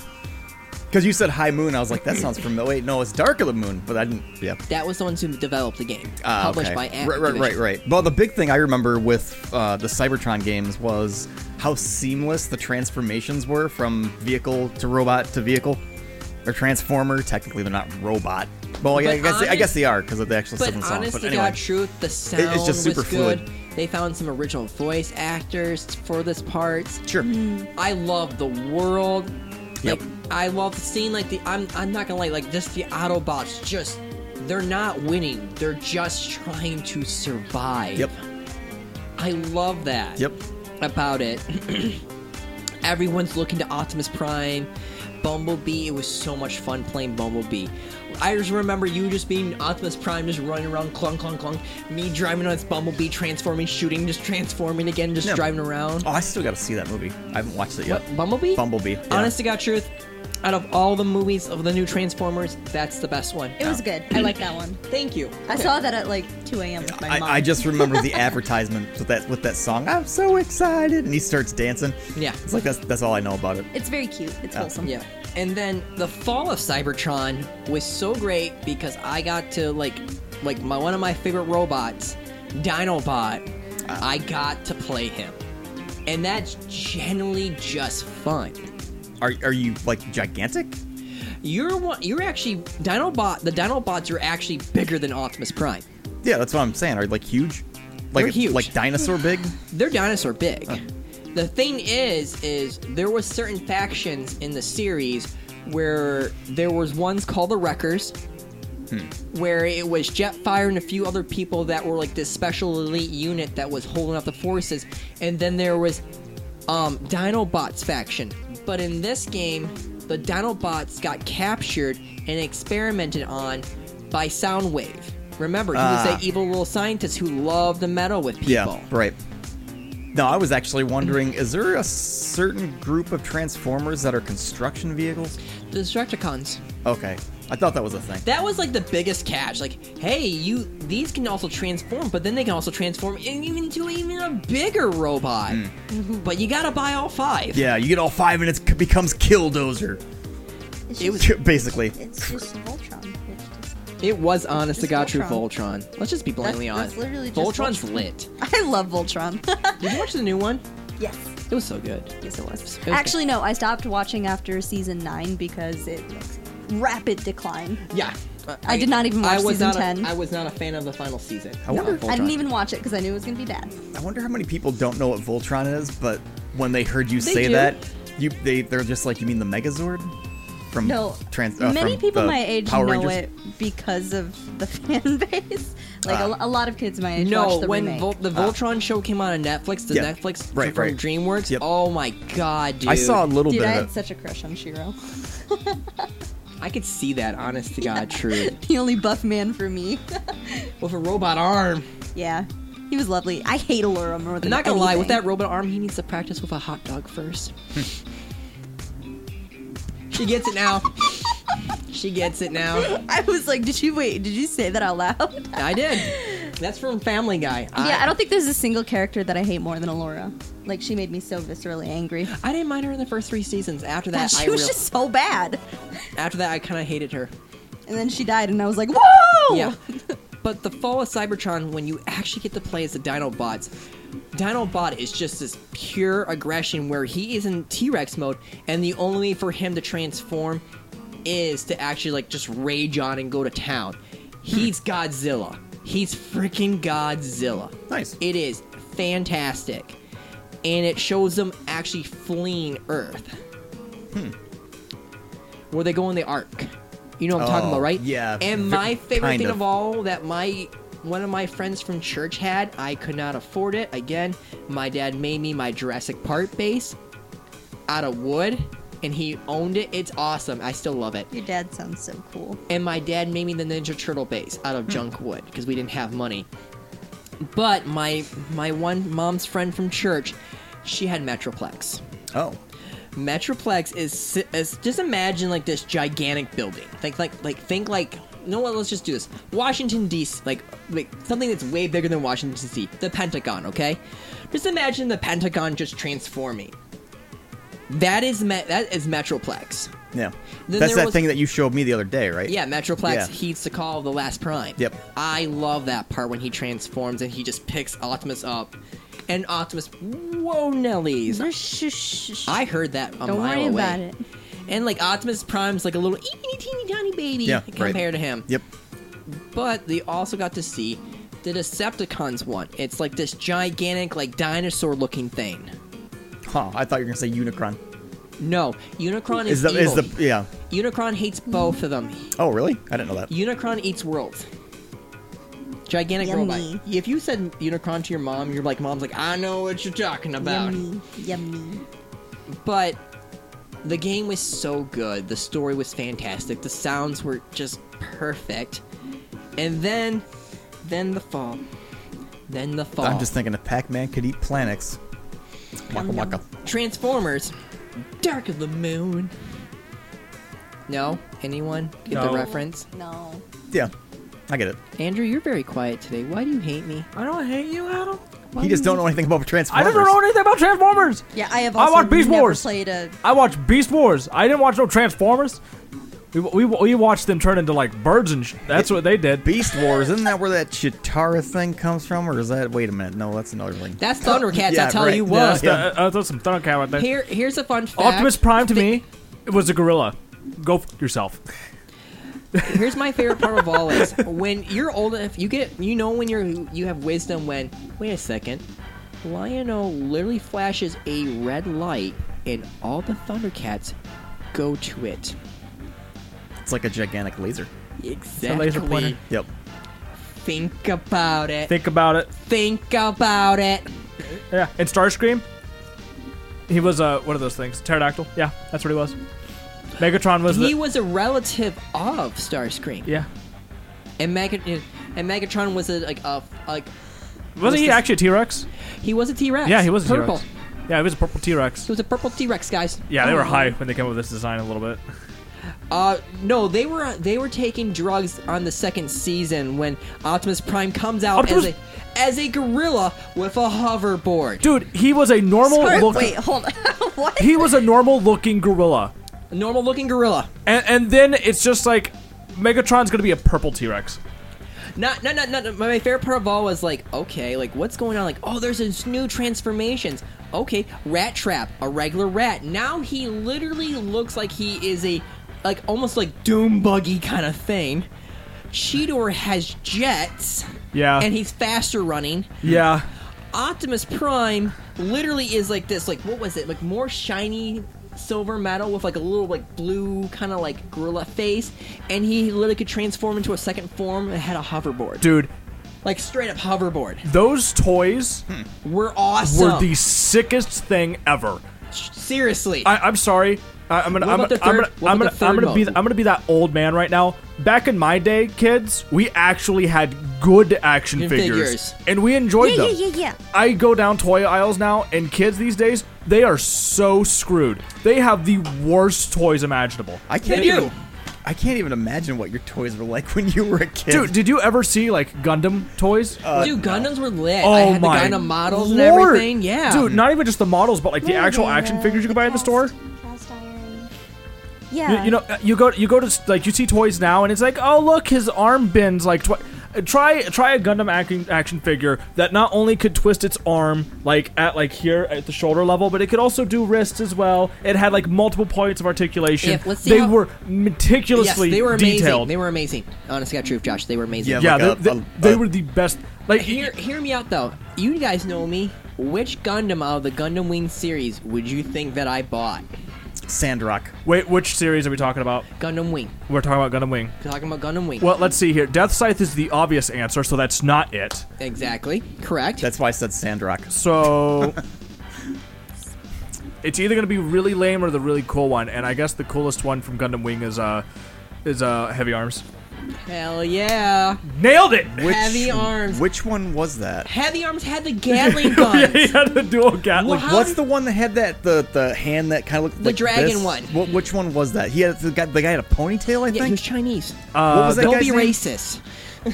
S4: Because you said High Moon, I was like, that sounds familiar. Wait, no, it's Dark of the Moon, but I didn't. Yeah.
S1: That was the ones who developed the game,
S4: Ah,
S1: published
S4: okay.
S1: by Activision.
S4: Right, right, right, right. Well, the big thing I remember with uh, the Cybertron games was how seamless the transformations were from vehicle to robot to vehicle, or transformer. Technically, they're not robot. Well, yeah, I
S1: But
S4: guess, they, I guess
S1: honest-
S4: they are because of the actual stuff
S1: But
S4: in the song.
S1: honest
S4: But
S1: to
S4: anyway,
S1: God truth, the sound
S4: it's just super
S1: was good.
S4: fluid.
S1: They found some original voice actors for this part.
S4: sure.
S1: I love the world.
S4: Yep.
S1: Like I love seeing like the I'm I'm not gonna lie, like just the Autobots just they're not winning. They're just trying to survive.
S4: Yep.
S1: I love that.
S4: Yep.
S1: About it. Everyone's looking to Optimus Prime. Bumblebee, it was so much fun playing Bumblebee. I just remember you just being Optimus Prime, just running around, clunk, clunk, clunk. Me driving on this Bumblebee, transforming, shooting, just transforming again, just
S4: Yeah.
S1: driving around.
S4: Oh, I still got to see that movie. I haven't watched it yet.
S1: What, Bumblebee?
S4: Bumblebee. yeah.
S1: Honest to God truth, out of all the movies of the new Transformers, that's the best one.
S2: It was good. I like that one.
S1: Thank you.
S2: I saw that at like 2 a.m. with my
S4: I,
S2: mom.
S4: I just remember the advertisement with that with that song. I'm so excited, and he starts dancing.
S1: Yeah.
S4: it's like that's that's all I know about it.
S2: It's very cute. It's wholesome.
S1: Oh, Yeah. And then the fall of Cybertron was so great because I got to like like my one of my favorite robots, Dinobot.
S4: Ah.
S1: I got to play him. And that's generally just fun.
S4: Are are you like gigantic?
S1: You're one you're actually Dinobot the Dinobots are actually bigger than Optimus Prime.
S4: Yeah, that's what I'm saying. Are you, like huge? Like
S1: They're huge.
S4: like dinosaur big?
S1: they're dinosaur big. The thing is, is there was certain factions in the series where there was ones called the Wreckers,
S4: Hmm.
S1: where it was Jetfire and a few other people that were like this special elite unit that was holding up the forces, and then there was um, Dinobots faction. But in this game, the Dinobots got captured and experimented on by Soundwave. Remember, he was
S4: Ah.
S1: that evil little scientist who loved to meddle with people.
S4: Yeah, right. No, I was actually wondering, is there a certain group of transformers that are construction vehicles?
S1: The Destructicons.
S4: Okay. I thought that was a thing.
S1: That was like the biggest catch. Like, hey, you these can also transform, but then they can also transform in- even into even a bigger robot. But you gotta buy all five.
S4: Hmm. Yeah, you get all five and it becomes Killdozer.
S2: It's
S1: It
S2: just,
S1: was
S4: Basically.
S2: it's just Voltron. Which just,
S1: it was honest to
S2: It's
S1: God true
S2: Voltron.
S1: Voltron. Let's just be bluntly
S2: That's-
S1: honest.
S2: that's literally just
S1: Voltron's
S2: Voltron.
S1: lit.
S2: I love Voltron.
S1: Did you watch the new one?
S2: yes.
S1: It was so good.
S2: Yes, it was.
S1: good.
S2: Actually, no. I stopped watching after season 9 because it looks rapid decline.
S1: Yeah.
S2: I did not even
S1: I
S2: watch
S1: was
S2: season
S1: not a-
S2: 10.
S1: I was not a fan of the final season.
S4: I wonder-
S1: of
S2: I
S1: Voltron.
S2: didn't even watch it because I knew it was going to be bad.
S4: I wonder how many people don't know what Voltron is, but when they heard you
S1: They
S4: say
S1: do.
S4: that, you they they're just like, you mean the Megazord? From
S2: No,
S4: trans, uh,
S2: many
S4: from
S2: people
S4: the
S2: my age
S4: Power
S2: know
S4: Rangers?
S2: it because of the fan base. Like a
S4: Ah.
S2: lo- a, lot of kids my age
S1: No,
S2: watch the
S1: when
S2: remake.
S1: Vol- the Voltron show came out on Netflix, the
S4: Yeah.
S1: Netflix
S4: Right,
S1: from
S4: right.
S1: DreamWorks.
S4: Yep.
S1: Oh my god, dude!
S4: I saw a little
S2: Dude,
S4: bit
S2: I
S4: of
S2: had
S4: it.
S2: such a crush on Shiro.
S1: I could see that. Honest to God, true.
S2: the only buff man for me.
S1: With a robot arm.
S2: yeah, he was lovely. I hate Allura more
S1: I'm
S2: than
S1: not gonna lie, with that
S2: anything.
S1: robot arm, he needs to practice with a hot dog first. she gets it now. She gets it now.
S2: I was like, did you wait? Did you say that out loud?
S1: I did. That's from Family Guy.
S2: yeah, I don't think there's a single character that I hate more than Alora. Like she made me so viscerally angry.
S1: I didn't mind her in the first three seasons. After that, I
S2: she was
S1: real-
S2: just so bad.
S1: after that I kind of hated her.
S2: And then she died, and I was like, whoa!
S1: Yeah. But the fall of Cybertron, when you actually get to play as the Dinobots, Dinobot is just this pure aggression where he is in T Rex mode, and the only way for him to transform is to actually like just rage on and go to town. He's Godzilla. He's freaking Godzilla.
S4: Nice.
S1: It is fantastic. And it shows them actually fleeing Earth.
S4: Hmm.
S1: Where they go in the Ark. You know what I'm talking
S4: Oh,
S1: about, right?
S4: yeah,
S1: And
S4: ve-
S1: my favorite
S4: kind
S1: thing
S4: of.
S1: of all that my one of my friends from church had, I could not afford it. Again, my dad made me my Jurassic Park base out of wood, and he owned it. It's awesome. I still love it.
S2: Your dad sounds so cool.
S1: And my dad made me the Ninja Turtle base out of junk wood because we didn't have money. But my my one mom's friend from church, she had Metroplex.
S4: Oh,
S1: Metroplex is, si- is just imagine like this gigantic building. Think like like think like you know what? Let's just do this. Washington D.C. like like something that's way bigger than Washington D.C. The Pentagon, okay? Just imagine the Pentagon just transforming. That is me- that is Metroplex.
S4: yeah.
S1: Then
S4: That's
S1: there
S4: that
S1: was-
S4: thing that you showed me the other day, right?
S1: Yeah, Metroplex
S4: Yeah.
S1: heeds the call of the last prime.
S4: Yep.
S1: I love that part when he transforms and he just picks Optimus up. And Optimus, whoa, Nellies. I heard that a
S2: Don't
S1: mile
S2: worry
S1: away.
S2: about it.
S1: And like Optimus Prime's like a little teeny teeny tiny baby
S4: Yeah, right.
S1: compared to him.
S4: Yep.
S1: But they also got to see the Decepticons one. It's like this gigantic, like dinosaur looking thing.
S4: Huh. I thought you were gonna say Unicron.
S1: No, Unicron is,
S4: Is the is
S1: evil.
S4: the yeah?
S1: Unicron hates both of them.
S4: Oh, really? I didn't know that.
S1: Unicron eats worlds. Gigantic
S2: Yummy.
S1: robot. If you said Unicron to your mom, you're like, mom's like, I know what you're talking about.
S2: Yummy, yummy.
S1: But the game was so good. The story was fantastic. The sounds were just perfect. And then, then the fall. Then the fall.
S4: I'm just thinking if Pac-Man could eat Planets. Waka
S2: Yum, yum.
S4: waka.
S1: Transformers. Dark of the Moon. No? Anyone get the
S3: No.
S1: reference?
S2: No.
S4: Yeah, I get it.
S1: Andrew, you're very quiet today. Why do you hate me?
S3: I don't hate you, Adam.
S1: Why
S4: You
S1: do
S4: just
S1: you-
S4: don't know anything about
S3: I
S4: Transformers.
S3: don't know anything about Transformers.
S2: Yeah, I have
S3: I
S2: also
S3: want Beast
S2: never
S3: Wars.
S2: played a.
S3: I watched Beast Wars. I didn't watch no Transformers. We, we, we watched them turn into like birds and sh- that's what they did.
S4: Beast Wars, isn't that where that Chitara thing comes from, or is that? Wait a minute, no, that's another thing.
S1: That's Thundercats,
S4: Yeah,
S1: I tell
S4: right.
S1: you
S4: Yeah,
S1: what.
S4: that's-
S3: Uh, uh, that's some Thundercat right there.
S1: Here, here's a fun fact.
S3: Optimus Prime to me it was a gorilla. Go f- yourself.
S1: Here's my favorite part of all is when you're old enough, you get you know when you're you have wisdom when wait a second, Lionel literally flashes a red light and all the Thundercats go to it.
S4: It's like a gigantic laser.
S1: Exactly.
S3: a laser pointer.
S4: Yep.
S1: Think about it. Think,
S3: Think about it.
S1: about it.
S3: Yeah. And Starscream, he was uh what are those things? Pterodactyl. Yeah, that's what he was. Megatron was
S1: He
S3: the
S1: was a relative of Starscream.
S3: yeah.
S1: And Mega and Megatron was a like a like
S3: Wasn't he
S1: this-
S3: actually a T Rex?
S1: he was a T Rex.
S3: Yeah, he was a
S1: purple.
S3: T-Rex. Yeah, he was a purple T Rex.
S1: He was a purple T Rex, guys. Oh,
S3: Yeah, they were high when they came up with this design a little bit.
S1: Uh, no, they were they were taking drugs on the second season when Optimus Prime comes out
S3: Optimus-
S1: as a as a gorilla with a hoverboard.
S3: Dude, he was a normal
S2: Or-
S3: looking.
S2: wait, hold on. what?
S3: He was a normal looking gorilla,
S1: A normal looking gorilla.
S3: and and then it's just like Megatron's gonna be a purple T Rex.
S1: Not not not not. My favorite part of all was like, okay, like what's going on? Like, oh, there's these new transformations. Okay, Rat Trap, a regular rat. Now he literally looks like he is a like almost like Doom Buggy kind of thing. Cheetor has jets.
S3: Yeah.
S1: And he's faster running.
S3: Yeah.
S1: Optimus Prime literally is like this, like what was it? Like more shiny silver metal with like a little like blue kind of like gorilla face, and he literally could transform into a second form and had a hoverboard,
S3: Dude,
S1: like straight up hoverboard.
S3: those toys
S1: Hmm. We're awesome.
S3: were the sickest thing ever.
S1: seriously?
S3: I, I'm sorry. I, I'm gonna.
S1: What
S3: I'm,
S1: about the
S3: I'm
S1: third- what
S3: gonna. I'm
S1: about
S3: gonna.
S1: the
S3: I'm
S1: third
S3: gonna be.
S1: mode?
S3: I'm gonna be that old man right now. Back in my day, kids, we actually had good action
S1: Good
S3: figures,
S1: figures.
S3: and we enjoyed
S2: yeah,
S3: them.
S2: yeah, yeah, yeah.
S3: I go down toy aisles now, and kids these days, they are so screwed. They have the worst toys imaginable.
S4: I can't
S1: They do.
S4: even. I can't even imagine what your toys were like when you were a kid.
S3: Dude, did you ever see like Gundam toys?
S1: Dude, Gundams were lit.
S3: oh
S1: Uh, I had
S3: my
S1: the Gundam models
S3: lord.
S1: and everything. Yeah.
S3: Dude, not even just the models, but like the
S5: Yeah,
S3: actual
S5: they
S3: action
S5: were
S3: figures you could buy at the store.
S5: cast- cast iron.
S2: Yeah.
S3: You, you know, you go you go to like you see toys now, and it's like, oh look, his arm bends like twi- Uh, Try try a Gundam action action figure that not only could twist its arm like at like here at the shoulder level, but it could also do wrists as well. It had like multiple points of articulation.
S1: If- let's see
S3: they
S1: how-
S3: were
S1: yes,
S3: meticulously
S1: they were amazing.
S3: detailed.
S1: They were amazing. Honest to God, truth, Josh, they were amazing.
S4: Yeah,
S3: yeah,
S4: Like
S3: they,
S4: a-
S3: they-
S4: a-
S3: they
S4: a-
S3: were the best. Like
S1: Hear, hear me out though. You guys know me. Which Gundam out of the Gundam Wing series would you think that I bought?
S4: Sandrock.
S3: Wait, which series are we talking about?
S1: Gundam Wing.
S3: We're talking about Gundam Wing.
S1: Talking about Gundam Wing.
S3: Well, let's see here. Death Scythe is the obvious answer, so that's not it.
S1: exactly. Correct.
S4: That's why I said Sandrock.
S3: So it's either gonna be really lame or the really cool one, and I guess the coolest one from Gundam Wing is uh is uh Heavy Arms.
S1: Hell yeah.
S3: Nailed it!
S4: Which,
S1: Heavy Arms.
S4: Which one was that?
S1: Heavy Arms had the Gatling guns.
S3: yeah, he had the dual Gatling.
S1: Wow. How
S4: What's
S1: did-
S4: the one that had that the the hand that kind of looked
S1: The
S4: like
S1: dragon
S4: this?
S1: one.
S4: Wh- which one was that? He had the guy. The guy had a ponytail, I
S1: Yeah, he was
S4: think.
S1: Chinese.
S3: Uh,
S4: what was that
S3: the-
S1: Don't
S4: guy's
S1: be
S4: name?
S1: racist.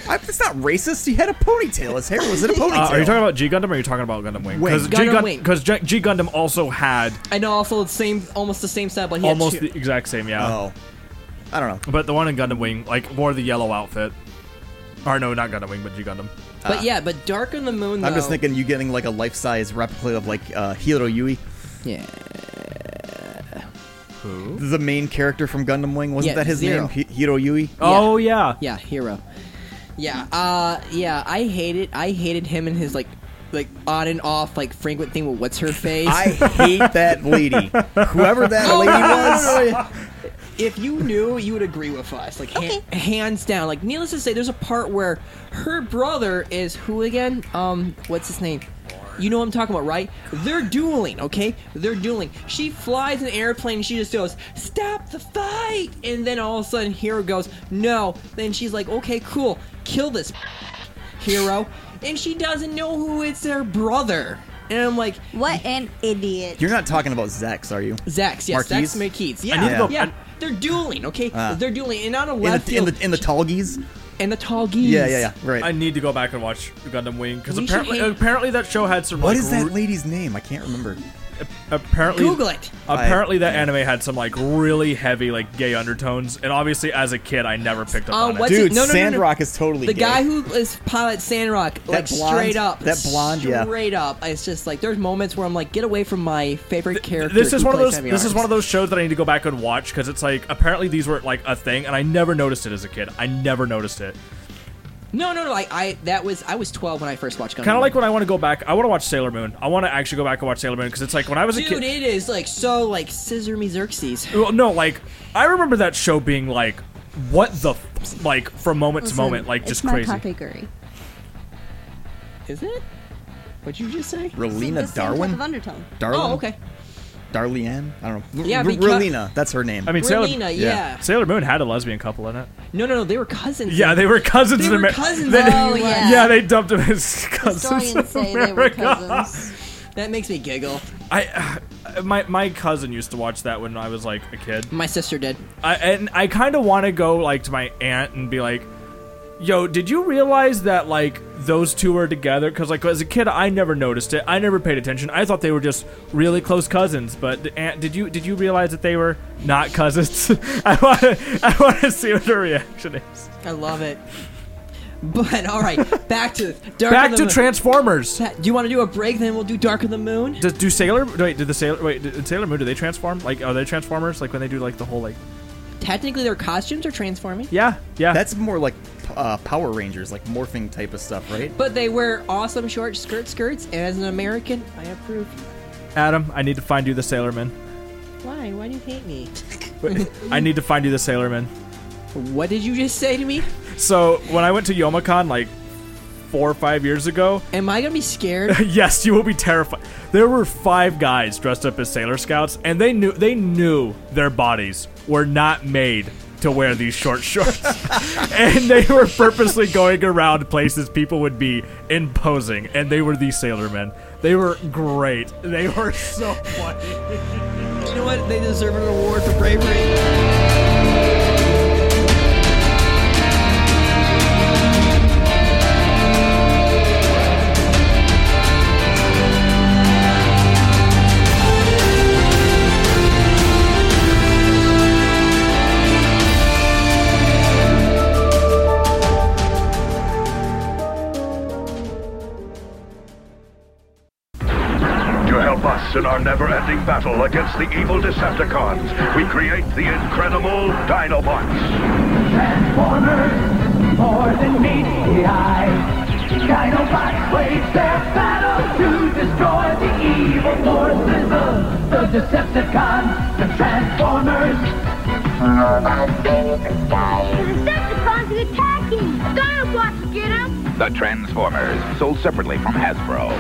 S4: I, it's not racist. He had a ponytail. His hair was in a ponytail.
S3: Uh, are you talking about G Gundam or are you talking about Gundam Wing?
S4: Wing.
S3: Because G,
S1: Gundam
S3: Gun-
S1: Wing.
S3: 'cause G-, G Gundam also had
S1: I know, also the same, almost the same set, but he
S3: almost
S1: had two.
S3: the exact same, yeah.
S4: Oh, I don't know.
S3: But the one in Gundam Wing, like, wore the yellow outfit. Or no, not Gundam Wing, but G Gundam.
S1: but yeah, but Dark on the Moon.
S4: uh, I'm just
S1: though-
S4: thinking you getting like a life size replica of like uh, Hiro Yui,
S1: Yeah.
S4: the main character from Gundam Wing. Wasn't
S1: Yeah,
S4: that his
S1: Zero.
S4: name? Hi Hiro Yui.
S3: Oh yeah.
S1: Yeah, hero. Yeah, uh, yeah. I hated, I hated him and his like, like on and off like frequent thing with what's her face.
S4: I hate that lady. Whoever that lady was.
S1: if you knew, you would agree with us, like han-
S2: Okay.
S1: hands down. Like needless to say, there's a part where her brother is who again? Um, what's his name? You know what I'm talking about, right? They're dueling, okay? They're dueling. She flies an airplane. She just goes, "Stop the fight!" And then all of a sudden, Hero goes, "No." Then she's like, "Okay, cool, kill this hero," and she doesn't know who it's her brother. And I'm like,
S2: what an idiot.
S4: You're not talking about Zax, are you?
S1: Zax, yes,
S4: Marquise? Ah.
S1: Zax McKeats.
S3: I
S1: Yeah,
S3: need to go-
S1: yeah. They're dueling, okay? They're dueling, and on a
S4: In
S1: left
S4: the, in
S1: field,
S4: the in the tall geese?
S1: and the tall geese.
S4: Yeah, yeah, yeah. Right.
S3: I need to go back and watch Gundam Wing because
S1: We should
S3: apparently,
S1: hang-
S3: apparently that show had some.
S4: what
S3: like,
S4: is that
S3: re-
S4: lady's name? I can't remember.
S3: apparently,
S1: Google it.
S3: Apparently, that anime had some like really heavy like gay undertones, and obviously, as a kid, I never picked up
S1: Uh,
S3: on
S1: what's
S3: it.
S4: Dude,
S1: No, no, no, no.
S4: Sandrock is totally
S1: The
S4: gay.
S1: guy who is pilot Sandrock, like
S4: blonde-
S1: straight up,
S4: that blonde,
S1: straight
S4: yeah.
S1: up. It's just like there's moments where I'm like, get away from my favorite character.
S3: This is
S1: who
S3: one of
S1: plays
S3: those.
S1: heavy
S3: This is
S1: arms.
S3: one of those shows that I need to go back and watch because it's like apparently these were like a thing, and I never noticed it as a kid. I never noticed it.
S1: No, no, no. I, I that was I was 12 when I first watched.
S3: Kind of like when I want to go back. I want to watch Sailor Moon. I want to actually go back and watch Sailor Moon because it's like when I was a
S1: dude,
S3: kid.
S1: it is like so like Scissor Me Xerxes.
S3: Well, no, like I remember that show being like, what the, f-? like from moment to
S2: Listen,
S3: moment, like just
S2: it's
S3: crazy.
S2: My papegori.
S1: Is it? What'd you just say?
S4: Relina Darwin?
S2: Of undertone.
S4: Darwin?
S1: Oh, okay.
S4: Darlianne? I don't know.
S1: Yeah,
S4: R-
S1: because-
S4: Relina. That's her name.
S3: I mean, Sailor,
S1: Relina, yeah.
S4: yeah.
S3: Sailor Moon had a lesbian couple in it.
S1: No, no, no. They were cousins.
S3: Yeah, they were cousins
S1: They
S3: in
S1: were
S3: America.
S1: cousins.
S3: They,
S2: Oh, yeah.
S3: yeah, they dubbed them as cousins in
S2: Historians say they were
S3: America.
S2: cousins.
S1: That makes me giggle.
S3: I, uh, my my cousin used to watch that when I was like a kid,
S1: My sister did.
S3: I, and I kind of want to go like to my aunt and be like, "Yo, did you realize that like those two were together?" Because like as a kid, I never noticed it. I never paid attention. I thought they were just really close cousins. But the aunt, did you did you realize that they were not cousins? I want to I want to see what her reaction is.
S1: I love it. But all right, back to Dark. of
S3: Back to
S1: the Moon.
S3: Transformers.
S1: Pat, do you want to do a break? Then we'll do Dark of the Moon.
S3: Does do Sailor wait? Did the Sailor wait? Did, in Sailor Moon do they transform? Like are they Transformers? Like when they do like the whole like
S1: Technically, their costumes are transforming,
S3: yeah yeah.
S4: That's more like uh, Power Rangers, like morphing type of stuff, right?
S1: but they wear awesome short skirt skirts. And as an American, I approve.
S3: Adam. I need to find you the Sailor Man.
S1: Why? Why do you hate me?
S3: Wait, I need to find you the Sailor Man.
S1: What did you just say to me?
S3: So when I went to Yomacon like four or five years ago,
S1: Am I gonna be scared?
S3: yes, you will be terrified. There were five guys dressed up as Sailor Scouts, and they knew they knew their bodies were not made to wear these short shorts, and they were purposely going around places people would be and posing, and they were the Sailor Men. They were great. They were so funny.
S1: you know what? They deserve an award for bravery.
S6: our never-ending battle against the evil Decepticons, we create the incredible Dinobots.
S7: Transformers, more than meaty eye. Dinobots wage their battle to destroy the evil forces of the Decepticons, the Transformers.
S8: The Decepticons are attacking! Dinobots, get him!
S9: The Transformers, sold separately from Hasbro.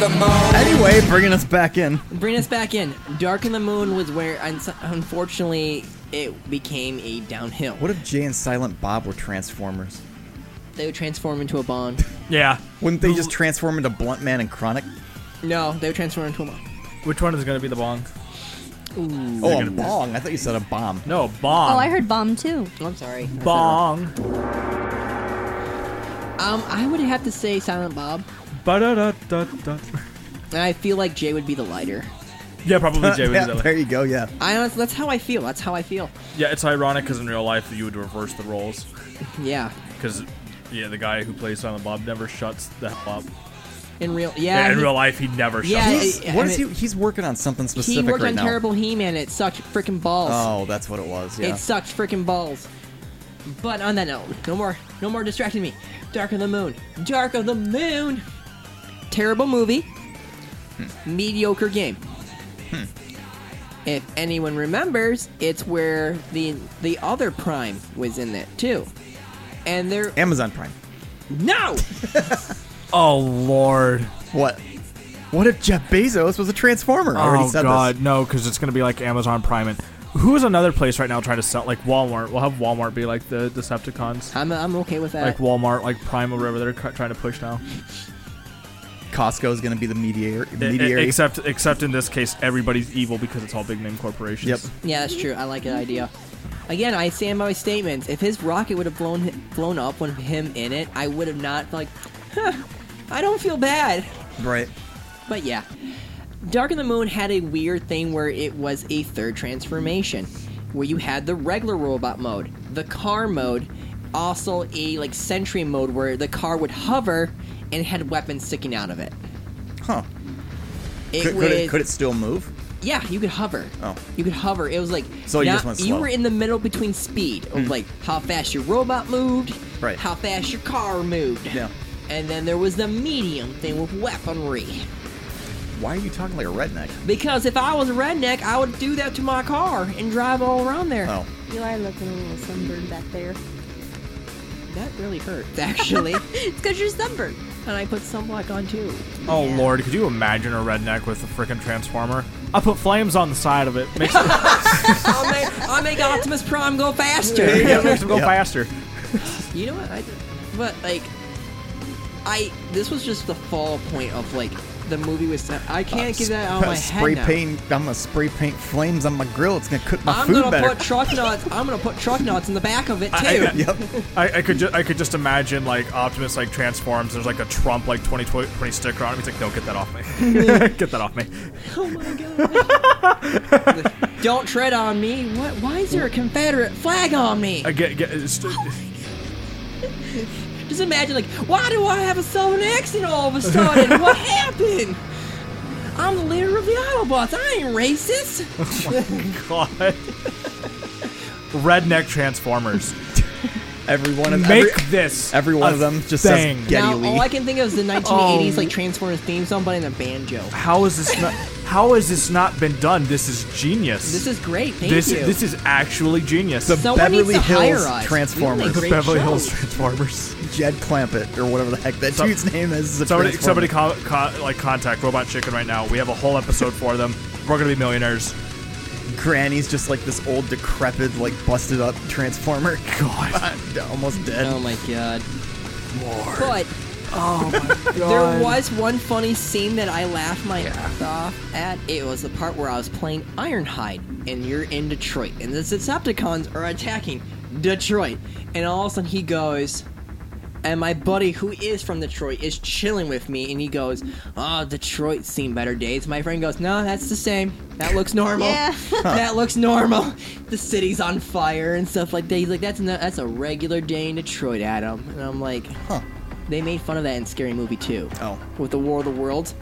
S10: The moon.
S4: Anyway, bringing us back in.
S1: Bring us back in. Dark in the Moon was where, un- unfortunately, it became a downhill.
S4: What if Jay and Silent Bob were Transformers?
S1: They would transform into a Bond.
S3: Yeah.
S4: Wouldn't they just transform into Blunt Man and Chronic?
S1: No, they would transform into a Bond.
S3: Which one is gonna be the bong?
S4: Oh, a bong. I thought you said a bomb.
S3: No, bong.
S2: Oh, I heard bomb too.
S1: I'm sorry. I said it wrong.
S3: bong.
S1: Um, I would have to say Silent Bob,
S3: Ba-da-da-da-da.
S1: and I feel like Jay would be the lighter.
S3: Yeah, probably Jay would
S4: Yeah,
S3: do that. one.
S4: there you go. Yeah.
S1: I honestly, that's how I feel. That's how I feel.
S3: Yeah, it's ironic because in real life you would reverse the roles
S1: Yeah.
S3: because yeah, the guy who plays Silent Bob never shuts the hell up.
S1: In real,
S3: Yeah,
S1: yeah.
S3: in
S1: he-
S3: real life he never shuts.
S1: Yeah,
S3: up.
S4: He's,
S1: I- I
S4: what is
S1: mean-
S4: he? He's working on something
S1: he
S4: specific
S1: worked
S4: right
S1: on
S4: now.
S1: Terrible He-Man. It sucked freaking balls.
S4: Oh, that's what it was. Yeah.
S1: It sucked freaking balls. But on that note, no more, no more distracting me. Dark of the Moon, Dark of the Moon. Terrible movie,
S4: Hmm.
S1: mediocre game. If anyone remembers, it's where the the other Prime was in that too, and there
S4: Amazon Prime.
S1: no.
S3: Oh lord.
S4: What? What if Jeff Bezos was a Transformer? I already
S3: oh
S4: said
S3: god,
S4: this.
S3: no, because it's gonna be like Amazon Prime and who's another place right now trying to sell like Walmart? We'll have Walmart be like the Decepticons.
S1: I'm I'm okay with that.
S3: Like Walmart, like Prime or whatever they're cu- trying to push now.
S4: Costco is going to be the mediator.
S3: E- e-
S4: Mediary.
S3: Except, except in this case, everybody's evil because it's all big name corporations.
S4: Yep.
S1: yeah, that's true. I like that idea. Again, I stand by my statements. If his rocket would have blown blown up with him in it, I would have not like. Huh, I don't feel bad.
S4: right.
S1: But yeah, Dark of the Moon had a weird thing where it was a third transformation, where you had the regular robot mode, the car mode, also a like sentry mode where the car would hover and had weapons sticking out of it.
S4: Huh.
S1: It
S4: Could,
S1: was
S4: could, it, could it still move?
S1: yeah, you could hover.
S4: Oh.
S1: you could hover. It was like
S4: So you
S1: not-
S4: just went
S1: you
S4: slow. Hmm.
S1: were in the middle between speed of like how fast your robot moved,
S4: Right.
S1: How fast your car moved.
S4: Yeah.
S1: And then there was the medium thing with weaponry.
S4: Why are you talking like a redneck?
S1: Because if I was a redneck, I would do that to my car and drive all around there.
S4: Oh.
S2: You are looking a little sunburned back there.
S1: That really hurts, actually. and
S2: It's because you're sunburned.
S1: I put sunblock on too.
S3: Oh lord, could you imagine a redneck with a freaking transformer? I put flames on the side of it. Makes it,
S1: I'll make, I'll make Optimus Prime go faster.
S3: yeah, makes them go
S4: Yeah.
S3: faster.
S1: You know what? I, but like, I this was just the fall point of like the movie was. I can't get that out of my head
S4: spray
S1: now.
S4: paint. I'm gonna spray paint flames on my grill. It's gonna cook my
S1: I'm
S4: food
S1: gonna
S4: better.
S1: put truck nuts. I'm gonna put truck nuts in the back of it too.
S3: I- I-
S4: yep.
S3: I, I could ju- I could just imagine like Optimus like transforms. There's like a Trump like 2020 sticker on him. He's like, no, get that off me, get that off me.
S1: Oh my god! Oh Don't tread on me. What? Why is there a Confederate flag on me?
S3: I Uh, get, get it's,
S1: Oh Just imagine, like, why do I have a southern accent all of a sudden? what happened? I'm the leader of the Autobots. I ain't racist.
S3: God. Redneck Transformers.
S4: Every one of
S3: Make
S4: every,
S3: this.
S4: every one
S3: a
S4: of them just
S3: thing.
S4: says Getty
S1: now,
S4: Lee. Um,
S1: all I can think of is the 1980s,
S3: Oh.
S1: like, Transformers theme song, but in a banjo.
S3: How is this not? How has this not been done? This is genius.
S1: This is great. Thank
S3: this,
S1: you.
S3: this is actually genius.
S4: The
S1: Someone
S4: Beverly
S1: needs to
S4: Hills
S1: hire us.
S4: Transformers.
S1: We make great
S3: Beverly
S1: shows.
S3: Hills Transformers.
S4: Jed Clampett or whatever the heck that
S3: Some-
S4: dude's name is. is a
S3: Somebody,
S4: Transformer.
S3: somebody, co- co- like contact Robot Chicken right now. We have a whole episode for them. We're gonna be millionaires.
S4: Granny's just like this old, decrepit, like busted up transformer. God, almost dead.
S1: Oh my god. But there was one funny scene that I laughed my ass off at. It was the part where I was playing Ironhide, and you're in Detroit, and the Decepticons are attacking Detroit, and all of a sudden he goes. And my buddy, who is from Detroit, is chilling with me, and he goes, "Oh, Detroit's seen better days." My friend goes, "No, that's the same. That looks normal.
S2: Yeah.
S1: that looks normal. The city's on fire and stuff like that." He's like, "That's no, that's a regular day in Detroit, Adam." And I'm like,
S4: Huh.
S1: they made fun of that in Scary Movie 2.
S4: Oh. Hmm.
S1: With the War of the Worlds.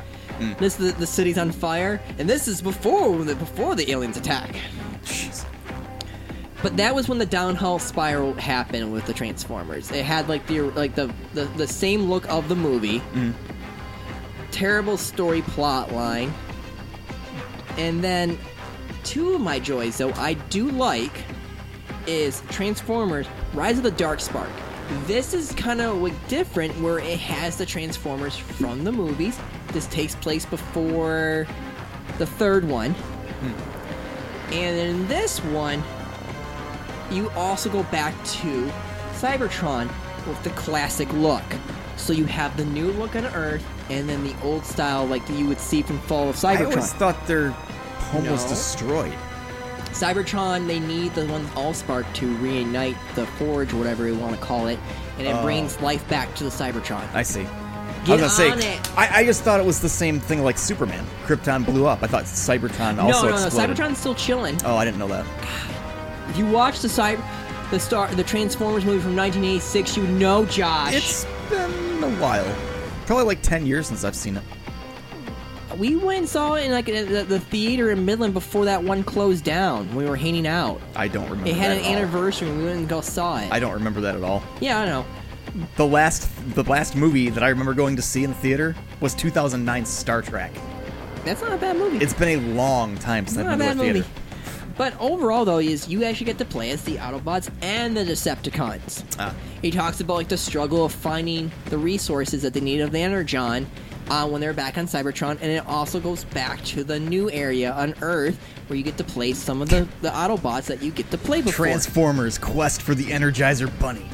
S1: This is the, the city's on fire, and this is before the, before the aliens attack.
S4: Jeez.
S1: But that was when the downhill spiral happened with the Transformers. It had like the like the the, the same look of the movie.
S4: Hmm.
S1: Terrible story plot line. And then two of my joys though I do like is Transformers Rise of the Dark Spark. This is kind of like different where it has the Transformers from the movies. This takes place before the third one.
S4: Hmm.
S1: And in this one, you also go back to Cybertron with the classic look. So you have the new look on Earth and then the old style like you would see from Fall of Cybertron.
S4: I always thought their home was
S1: No.
S4: destroyed.
S1: Cybertron, they need the one Allspark to reunite the Forge, whatever you want to call it, and it brings life back to the Cybertron.
S4: Oh. I see.
S1: Get
S4: I was gonna
S1: on
S4: say,
S1: it.
S4: I, I just thought it was the same thing like Superman. Krypton blew up. I thought Cybertron
S1: no,
S4: also
S1: no, no,
S4: exploded.
S1: Cybertron's still chilling.
S4: Oh, I didn't know that.
S1: If you watch the Cyber, the Star, the Transformers movie from 1986, you know Josh.
S4: It's been a while. Probably like 10 years since I've seen it.
S1: we went and saw it in like the, the theater in Midland before that one closed down. when We were hanging out.
S4: I don't remember
S1: It had
S4: that
S1: an
S4: at all.
S1: anniversary. and We went and go saw it.
S4: I don't remember that at all.
S1: yeah, I know.
S4: The last the last movie that I remember going to see in the theater was 2009 Star Trek.
S1: That's not a bad movie.
S4: It's been a long time since
S1: not a
S4: I've been
S1: bad
S4: to a theater.
S1: movie. But overall, though, is you actually get to play as the Autobots and the Decepticons.
S4: Ah.
S1: He talks about like the struggle of finding the resources that they need of the Energon uh, when they're back on Cybertron, and it also goes back to the new area on Earth where you get to play some of the, the Autobots that you get to play before.
S4: Transformers Quest for the Energizer Bunny.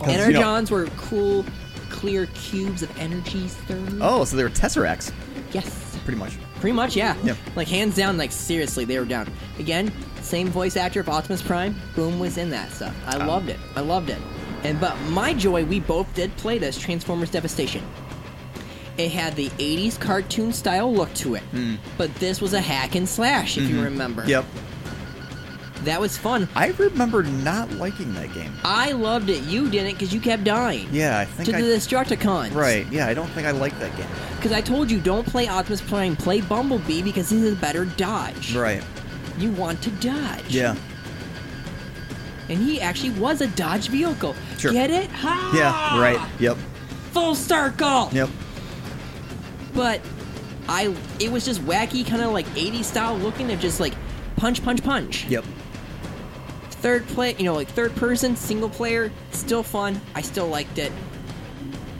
S4: 'Cause, you know-
S1: Energons were cool, clear cubes of energy, sir.
S4: oh, so they were Tesseracts,
S1: Yes.
S4: pretty much.
S1: Pretty much, yeah.
S4: Yep.
S1: Like hands down, like seriously, they were down. Again, same voice actor of Optimus Prime. Boom was in that stuff. I loved it. I loved it. And but my joy, we both did play this Transformers Devastation. It had the 80s cartoon style look to it, but this was a hack and slash, if you remember.
S4: Hmm. Mm-hmm. Yep.
S1: That was fun.
S4: I remember not liking that game.
S1: I loved it. You didn't because you kept dying.
S4: Yeah, I think
S1: To
S4: I
S1: the Destructicons.
S4: Right. Yeah, I don't think I like that game.
S1: Because I told you, don't play Optimus Prime, play Bumblebee because he's a better dodge.
S4: Right.
S1: You want to dodge.
S4: Yeah.
S1: and he actually was a Dodge vehicle.
S4: Sure.
S1: Get it? Ha!
S4: Yeah, right. Yep.
S1: Full circle.
S4: Yep.
S1: But I, it was just wacky, kind of like 80s style looking of just like punch, punch, punch.
S4: Yep.
S1: Third play, you know, like third person, single player, still fun. I still liked it.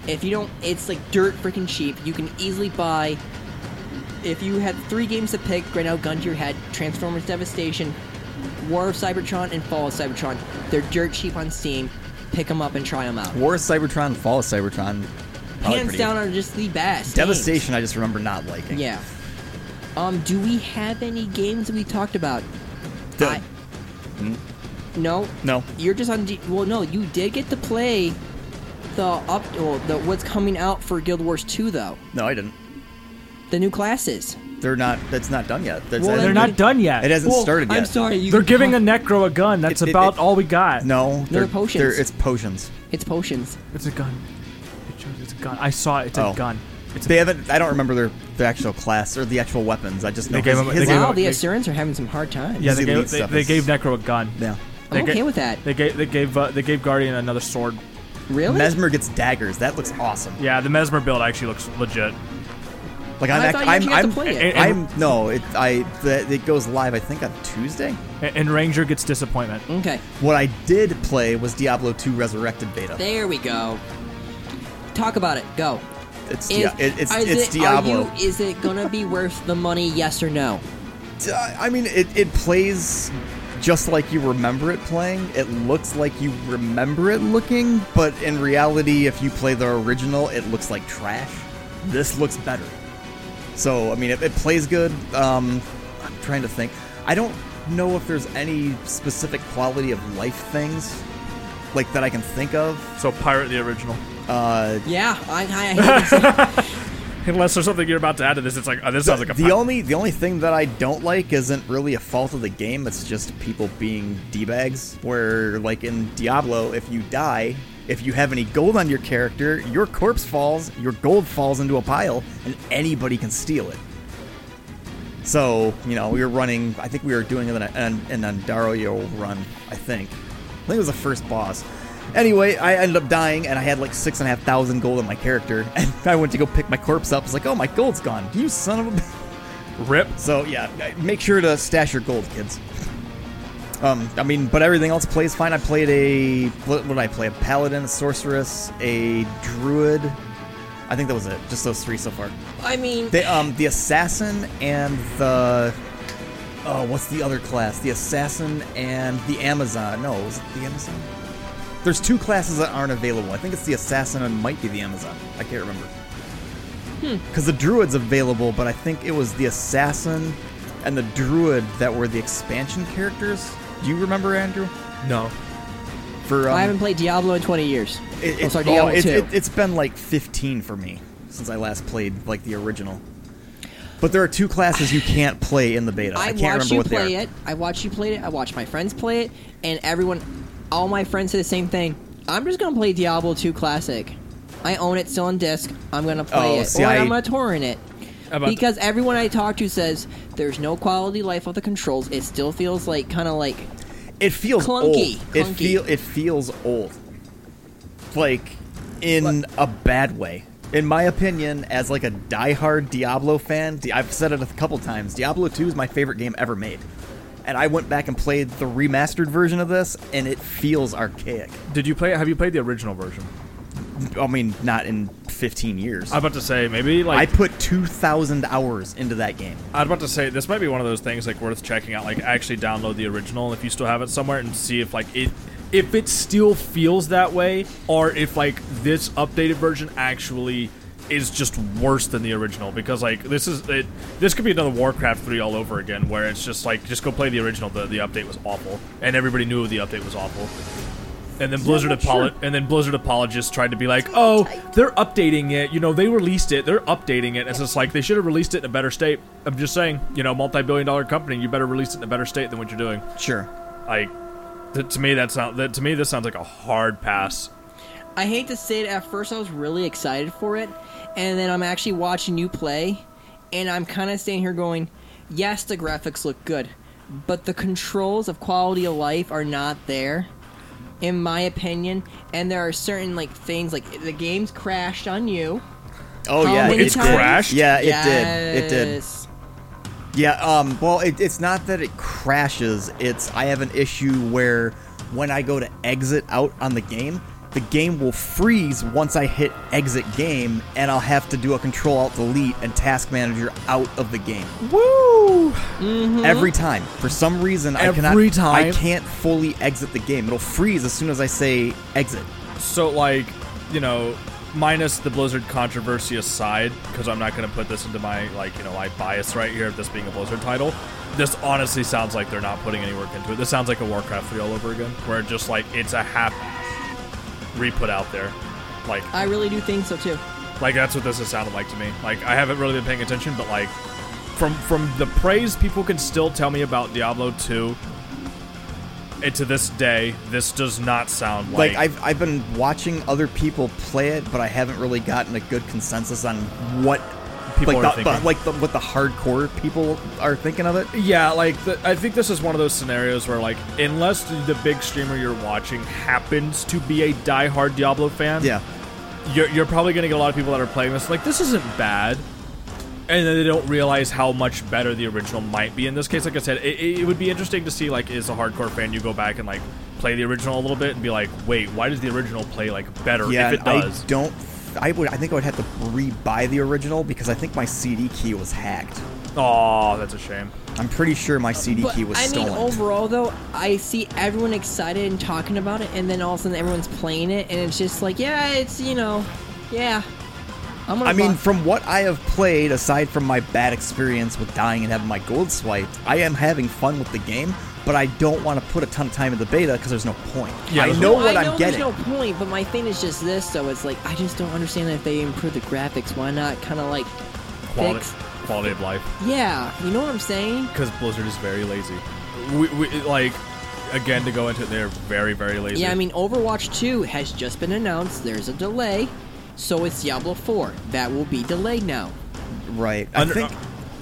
S1: If you don't, it's like dirt freaking cheap. You can easily buy. If you had three games to pick right now, gun to your head, Transformers Devastation, War of Cybertron, and Fall of Cybertron. They're dirt cheap on Steam. Pick them up and try them out.
S4: War of Cybertron, Fall of Cybertron. probably
S1: hands
S4: pretty
S1: down
S4: good.
S1: are just the best.
S4: Devastation, I just remember not liking.
S1: games. Yeah. Um, do we have any games that we talked about?
S4: The-
S1: I- No.
S4: No.
S1: You're just on. D- well, no, you did get to play the up. Well, the what's coming out for Guild Wars 2 though.
S4: No, I didn't.
S1: The new classes.
S4: They're not. That's not done yet. That's,
S1: Well,
S4: that-
S3: They're not done yet.
S4: It hasn't
S1: Well,
S4: started yet.
S1: I'm sorry. You,
S3: They're giving a necro a gun. That's
S4: It- it-
S3: about
S4: it-
S3: all we got.
S4: No,
S1: they're potions.
S4: They're, it's potions.
S1: It's potions.
S3: It's a gun. It shows it's a gun. I saw it. It's
S4: Oh.
S3: a gun. It's a
S4: They haven't. I don't remember their the actual class or the actual weapons. I just know
S3: They gave
S4: his-
S3: him-
S4: his-
S3: they gave
S1: Wow,
S3: him-
S1: the Assyrians are having some hard times.
S3: Yeah,
S4: His
S3: they
S4: elite
S3: gave, they,
S4: stuff
S3: they
S4: is-
S3: gave Necro a gun.
S4: Yeah.
S1: I'm
S3: They
S1: okay
S3: ga-
S1: with that.
S3: They gave they gave uh, they gave Guardian another sword.
S1: Really?
S4: Mesmer gets daggers. That looks awesome.
S3: Yeah, the Mesmer build actually looks legit.
S4: Like
S1: I
S4: I'm.
S1: thought
S4: act-
S1: you
S4: I'm.
S1: actually got to
S4: I'm,
S1: play
S3: it.
S4: I'm. No. It. I. That it goes live. I think on Tuesday.
S3: And, and Ranger gets disappointment.
S1: okay.
S4: What I did play was Diablo 2 Resurrected beta.
S1: There we go. Talk about it. Go.
S4: it's
S1: Is,
S4: Dia- it, it's
S1: is
S4: it's
S1: it, are
S4: Diablo.
S1: you- is it gonna be worth the money? Yes or no?
S4: Uh, I mean, it, it plays just like you remember it playing. It looks like you remember it looking, but in reality, if you play the original, it looks like trash. This looks better. So, I mean, it, it plays good. Um, I'm trying to think. I don't know if there's any specific quality of life things like that I can think of.
S3: So pirate the original.
S4: Uh,
S1: Yeah, I, I, I hate this.
S3: Unless there's something you're about to add to this, it's like oh, this sounds like a
S4: the
S3: pirate.
S4: only the only thing that I don't like isn't really a fault of the game. It's just people being d bags. Where like in Diablo, if you die, if you have any gold on your character, your corpse falls, your gold falls into a pile, and anybody can steal it. So you know we were running. I think we were doing an an, an Andario run. I think. I think it was the first boss. Anyway, I ended up dying, and I had like six and a half thousand gold on my character. And I went to go pick my corpse up. It's like, oh, my gold's gone. You son of a.
S3: rip.
S4: So yeah, make sure to stash your gold, kids. Um, I mean, but everything else plays fine. I played a what, what did I play? A paladin, a sorceress, a druid. I think that was it. Just those three so far.
S1: I mean,
S4: The um the assassin and the oh what's the other class? The assassin and the Amazon. No, was it the Amazon? There's two classes that aren't available. I think it's the assassin and might be the Amazon. I can't remember.
S1: Hmm.
S4: Because the druid's available, but I think it was the assassin and the druid that were the expansion characters. Do you remember Andrew?
S3: No.
S4: For um,
S1: I haven't played Diablo in 20 years.
S4: it,
S1: I'm
S4: it's-
S1: sorry,
S4: oh,
S1: Diablo
S4: it's-
S1: 2.
S4: it- it's been like 15 for me since I last played like the original. But there are two classes you can't play in the beta. I,
S1: I,
S4: can't
S1: watched
S4: remember
S1: you
S4: what
S1: play
S4: they are.
S1: it. I watched you play it. I watched my friends play it, and everyone, all my friends say the same thing. I'm just gonna play Diablo 2 Classic. I own it still on disc. I'm gonna play
S4: Oh,
S1: it,
S4: see,
S1: or I...
S4: I-
S1: am gonna torrent it.
S3: About-
S1: Because everyone I talk to says there's no quality life of the controls. It still feels like kind of like
S4: It feels
S1: Clunky,
S4: old. It
S1: clunky.
S4: feel it feels old. Like in a bad way. In my opinion, as like a diehard Diablo fan, Di- I've said it a couple times. Diablo 2 is my favorite game ever made. And I went back and played the remastered version of this and it feels archaic.
S3: Did you play? Have you played the original version?
S4: I mean, not in 15 years.
S3: I'm about to say maybe
S4: I
S3: like
S4: put 2,000 hours into that game.
S3: I'm about to say this might be one of those things like worth checking out. Like actually download the original if you still have it somewhere and see if like it if it still feels that way or if like this updated version actually is just worse than the original because like this is it this could be another Warcraft 3 all over again where it's just like just go play the original the, the update was awful and everybody knew the update was awful and then Blizzard apolo- and then Blizzard apologists tried to be like, "Oh, they're updating it. You know, they released it. They're updating it." It's just like they should have released it in a better state. I'm just saying, you know, multi-billion-dollar company, you better release it in a better state than what you're doing.
S4: Sure.
S3: Like, th- to me, that sound that to me this sounds like a hard pass.
S1: I hate to say it, at first I was really excited for it, and then I'm actually watching you play, and I'm kind of standing here going, yes, the graphics look good, but the controls of quality of life are not there, in my opinion, and there are certain, like, things, like, the game's crashed on you.
S4: Oh,
S1: How
S4: yeah.
S1: many
S4: it
S1: times?
S4: did.
S3: Crashed?
S4: Yeah, it did. It did.
S1: Yes.
S4: Yeah, um, well, it, it's not that it crashes. It's I have an issue where when I go to exit out on the game, the game will freeze once I hit exit game, and I'll have to do a control alt delete and task manager out of the game. Woo! Every time, for some reason, I cannot.
S3: Every time.
S4: I can't fully exit the game. It'll freeze as soon as I say exit.
S3: So like, you know, minus the Blizzard controversy aside, because I'm not going to put this into my like, you know, my bias right here of this being a Blizzard title. This honestly sounds like they're not putting any work into it. This sounds like a Warcraft 3 all over again, where it just like it's a half re-put out there. Like,
S1: I really do think so, too.
S3: like that's what this has sounded like to me. Like I haven't really been paying attention, but like from from the praise people can still tell me about Diablo 2, and to this day, this does not sound
S4: like,
S3: like,
S4: I've, I've been watching other people play it but i haven't really gotten a good consensus on what
S3: People are
S4: like, the,
S3: thinking.
S4: the, like the, what the hardcore people are thinking of it
S3: Yeah, like the, I think this is one of those scenarios where, like, unless the big streamer you're watching happens to be a diehard Diablo fan,
S4: yeah
S3: you're, you're probably gonna get a lot of people that are playing this like this isn't bad, and then they don't realize how much better the original might be. In this case, like I said, it, it it would be interesting to see like is a hardcore fan you go back and like play the original a little bit and be like, wait, why does the original play like better
S4: yeah
S3: if it
S4: and i
S3: does?
S4: don't i would i think i would have to rebuy the original because i think my cd key was hacked
S3: Oh, that's a shame.
S4: I'm pretty sure my CD
S1: But,
S4: key was
S1: I
S4: stolen.
S1: mean, overall though, I see everyone excited and talking about it, and then all of a sudden everyone's playing it, and it's just like, yeah, it's you know, yeah. I'm gonna
S4: I mean,
S1: buy-
S4: from what I have played, aside from my bad experience with dying and having my gold swiped, I am having fun with the game, but I don't want to put a ton of time in the beta because there's no point.
S3: Yeah,
S4: I
S3: there's
S4: know
S3: no-
S4: what
S1: I
S4: I'm
S1: know
S4: getting.
S1: There's no point, but my thing is just this. So it's like I just don't understand if they improve the graphics. Why not kind of like
S3: Quality,
S1: fix?
S3: quality of life.
S1: Yeah, you know what I'm saying.
S3: Because Blizzard is very lazy. We, we like again to go into it, they're very very lazy.
S1: Yeah, I mean, Overwatch 2 has just been announced. There's a delay, so it's Diablo 4. That will be delayed now.
S4: Right.
S3: Under-
S4: I think.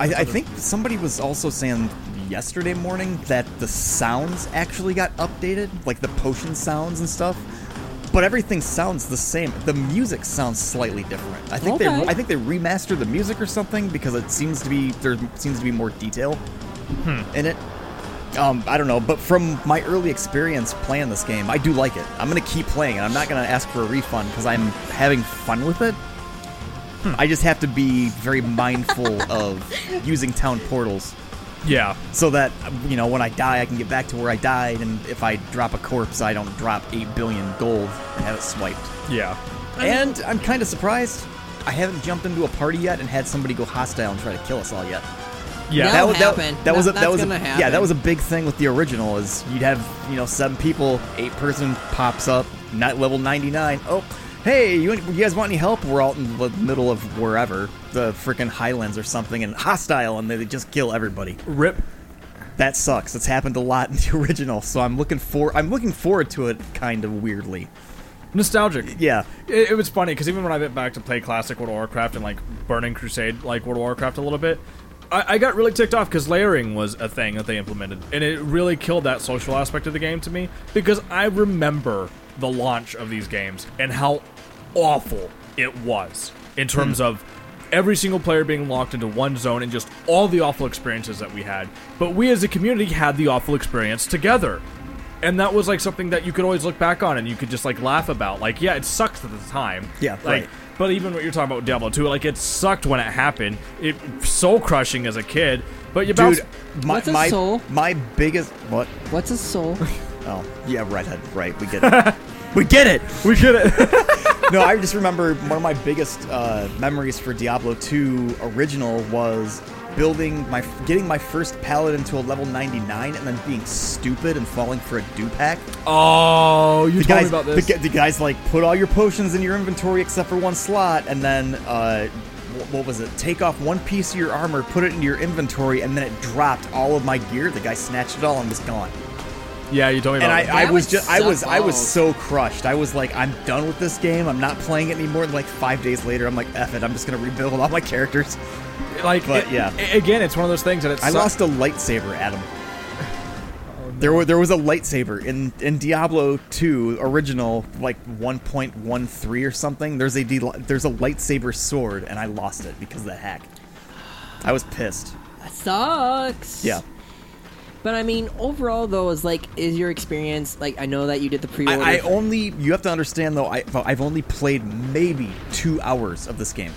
S4: I, I think somebody was also saying yesterday morning that the sounds actually got updated, like the potion sounds and stuff. But everything sounds the same. The music sounds slightly different. I think
S1: Okay.
S4: they I think they remastered the music or something because it seems to be there seems to be more detail
S3: Hmm.
S4: in it. Um, I don't know, but from my early experience playing this game, I do like it. I'm gonna keep playing it. I'm not gonna ask for a refund because I'm having fun with it. I just have to be very mindful of using town portals
S3: yeah.
S4: so that you know when I die, I can get back to where I died, and if I drop a corpse, I don't drop eight billion gold and have it swiped.
S3: Yeah.
S4: and I'm kind of surprised. I haven't jumped into a party yet and had somebody go hostile and try to kill us all yet.
S3: Yeah.
S1: That'll
S4: was
S1: happen.
S4: that, was a,
S1: That-
S4: that
S1: that's
S4: was a,
S1: gonna
S4: yeah
S1: happen.
S4: that was a big thing with the original is you'd have you know seven people eight person pops up not level 99 oh hey you, you guys want any help we're out in the middle of wherever the freaking highlands or something and hostile and they just kill everybody
S3: Rip.
S4: that sucks it's happened a lot in the original so i'm looking for i'm looking forward to it kind of weirdly
S3: Nostalgic.
S4: yeah
S3: It, it was funny because even when I went back to play classic World of Warcraft and like Burning Crusade, like World of Warcraft, a little bit, I, I got really ticked off because layering was a thing that they implemented, and it really killed that social aspect of the game to me because I remember the launch of these games and how awful it was in terms of every single player being locked into one zone and just all the awful experiences that we had. But we as a community had the awful experience together and that was like something that you could always look back on and you could just like laugh about. Like, yeah, it sucked at the time.
S4: Yeah,
S3: like.
S4: right.
S3: But even what you're talking about with Diablo 2, like it sucked when it happened. It soul crushing as a kid. But you bounce.
S4: dude my,
S1: What's a
S4: my,
S1: soul?
S4: my biggest what
S1: What's a soul?
S4: oh yeah redhead right we get it we get it
S3: we get it.
S4: no, I just remember one of my biggest uh, memories for Diablo 2 original was building my getting my first paladin to a level 99 and then being stupid and falling for a dupac.
S3: oh, you
S4: The
S3: told me
S4: guys,
S3: about this.
S4: The, gu- the guys like put all your potions in your inventory except for one slot, and then uh, wh- what was it? Take off one piece of your armor, put it into your inventory, and then it dropped all of my gear. The guy snatched it all and was gone
S3: yeah, you told me
S4: and
S3: about
S4: I, I
S1: That
S4: was
S1: would
S4: just I
S1: suck
S4: was I was
S1: balls.
S4: so crushed. I was like, I'm done with this game. I'm not playing it anymore. And like five days later, I'm like, F it. I'm just gonna rebuild all my characters.
S3: it. Like,
S4: but,
S3: it-
S4: yeah.
S3: a- again, it's one of those things that it's.
S4: I lost a lightsaber, Adam. There were there was a lightsaber in in Diablo 2 original like 1.13 or something. There's a del- there's a lightsaber sword, and I lost it because of that hack. I was pissed.
S1: That sucks.
S4: Yeah.
S1: But I mean, overall though, is like, is your experience like? I know that you did the pre-order.
S4: I, I only you have to understand though I I've only played maybe two hours of this game.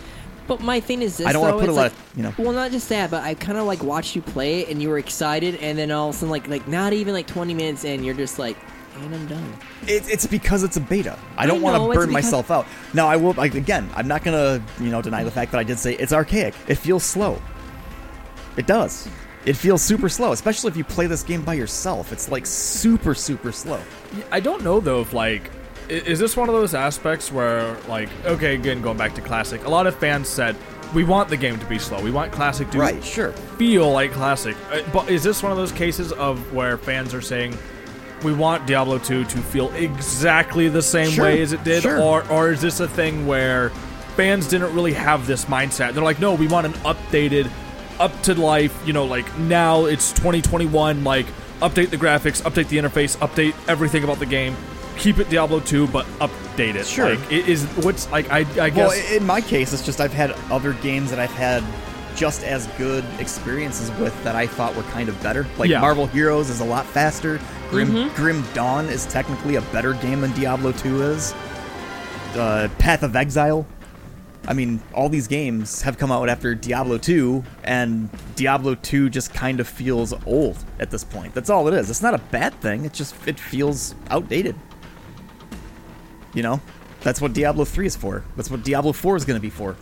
S1: But my thing is this.
S4: I don't
S1: want
S4: wanna
S1: to
S4: put a lot
S1: like,
S4: of- you know.
S1: Well, not just that, but I kind of like watched you play it, and you were excited, and then all of a sudden, like, like not even like 20 minutes in, you're just like, and I'm done.
S4: It, it's because it's a beta. I don't
S1: I
S4: want
S1: know,
S4: to
S1: it's
S4: burn
S1: because-
S4: myself out. Now I will. Like, again, I'm not gonna you know deny the fact that I did say it's archaic. It feels slow. It does. It feels super slow, especially if you play this game by yourself. It's like super super slow.
S3: I don't know though if like i- is this one of those aspects where like okay again going back to classic a lot of fans said we want the game to be slow we want classic to
S4: Right, sure.
S3: feel like classic Uh, but is this one of those cases of where fans are saying we want Diablo 2 to feel exactly the same
S4: Sure,
S3: way as it did
S4: sure.
S3: or or is this a thing where fans didn't really have this mindset they're like no we want an updated up to life you know like now it's 2021 like update the graphics update the interface update everything about the game keep it Diablo 2 but update it
S4: Sure.
S3: like it is what's like I, I guess
S4: Well, i- in my case, it's just I've had other games that I've had just as good experiences with that I thought were kind of better. Like
S3: Yeah.
S4: Marvel Heroes is a lot faster. Grim Grim Dawn is technically a better game than Diablo 2 is. Uh, Path of Exile I mean, all these games have come out after Diablo 2, and Diablo 2 just kind of feels old at this point. That's all it is. It's not a bad thing. It just it feels outdated. You know, that's what Diablo 3 is for. That's what Diablo 4 is going to be for.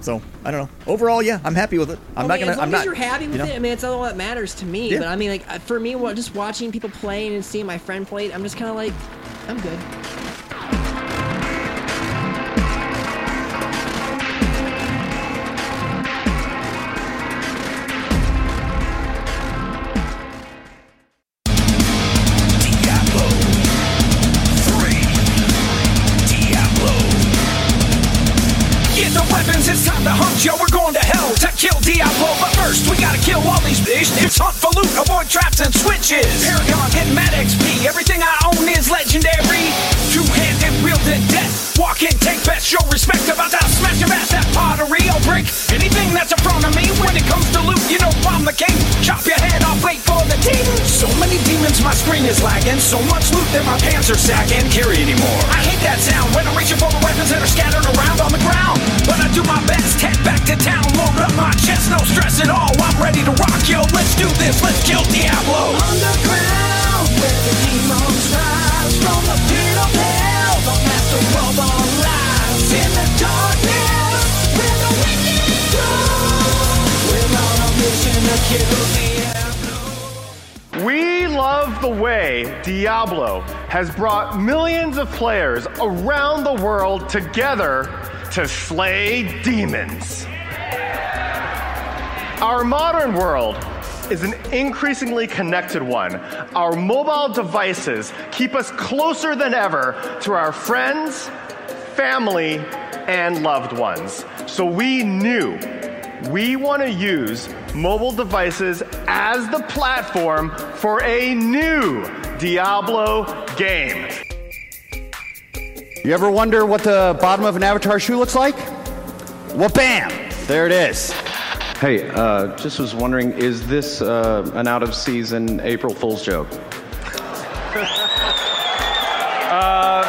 S4: So I don't know. Overall, yeah, I'm happy with it. I'm
S1: I
S4: not
S1: mean,
S4: gonna.
S1: As long
S4: I'm
S1: as
S4: not.
S1: you're happy
S4: you
S1: with
S4: know?
S1: it, I mean, it's all that matters to me.
S4: Yeah.
S1: But I mean, like for me, what, just watching people playing and seeing my friend play it, I'm just kind of like, I'm good.
S6: Get the weapons, it's time to hunt, yo, we're going to hell to kill Diablo. But first, we gotta kill all these bitches. It's hunt for loot, avoid traps and switches. Paragon, Hitmat XP, everything I own is legendary. Two-handed, wielding death. Walk in, take best, show respect about that smash and bash that pottery. I'll break anything that's in front of me. When it comes to loot, you know I'm the king. Chop your head off, wait for the team. So many demons, my screen is lagging. So much loot that my pants are sag, can't carry anymore. I hate that sound when I'm reaching for the weapons that are scattered around on the ground. But I do my best, head back to town, load up my chest, no stress at all. I'm ready to rock, yo. Let's do this, let's kill Diablo. Underground, where the demons rise from the pit of hell, the master of all lies. In the darkness, where the wicked go, we're on a mission to kill Diablo.
S10: We love the way Diablo has brought millions of players around the world together to slay demons. Our modern world is an increasingly connected one. Our mobile devices keep us closer than ever to our friends, family, and loved ones. So we knew we want to use mobile devices as the platform for a new Diablo game.
S11: You ever wonder what the bottom of an Avatar shoe looks like? Well, bam! There it is.
S12: Hey, uh, just was wondering, is this uh, an out of season April Fool's joke?
S13: Uh,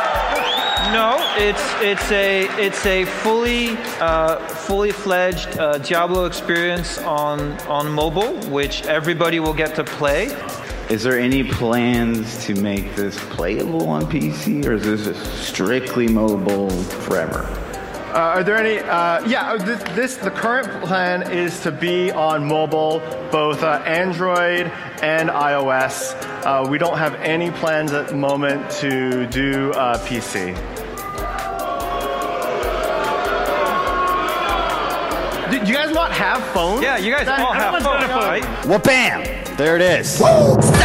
S13: no, it's it's a it's a fully uh, fully fledged uh, Diablo experience on on mobile, which everybody will get to play.
S14: Is there any plans to make this playable on PC, or is this just strictly mobile forever?
S10: Uh, are there any? Uh, yeah, uh, this, this the current plan is to be on mobile, both uh, Android and iOS. Uh, we don't have any plans at the moment to do uh, PC. Do do you guys not have phones? Yeah, you guys
S13: all have phones, right?
S11: Well, bam! There it is.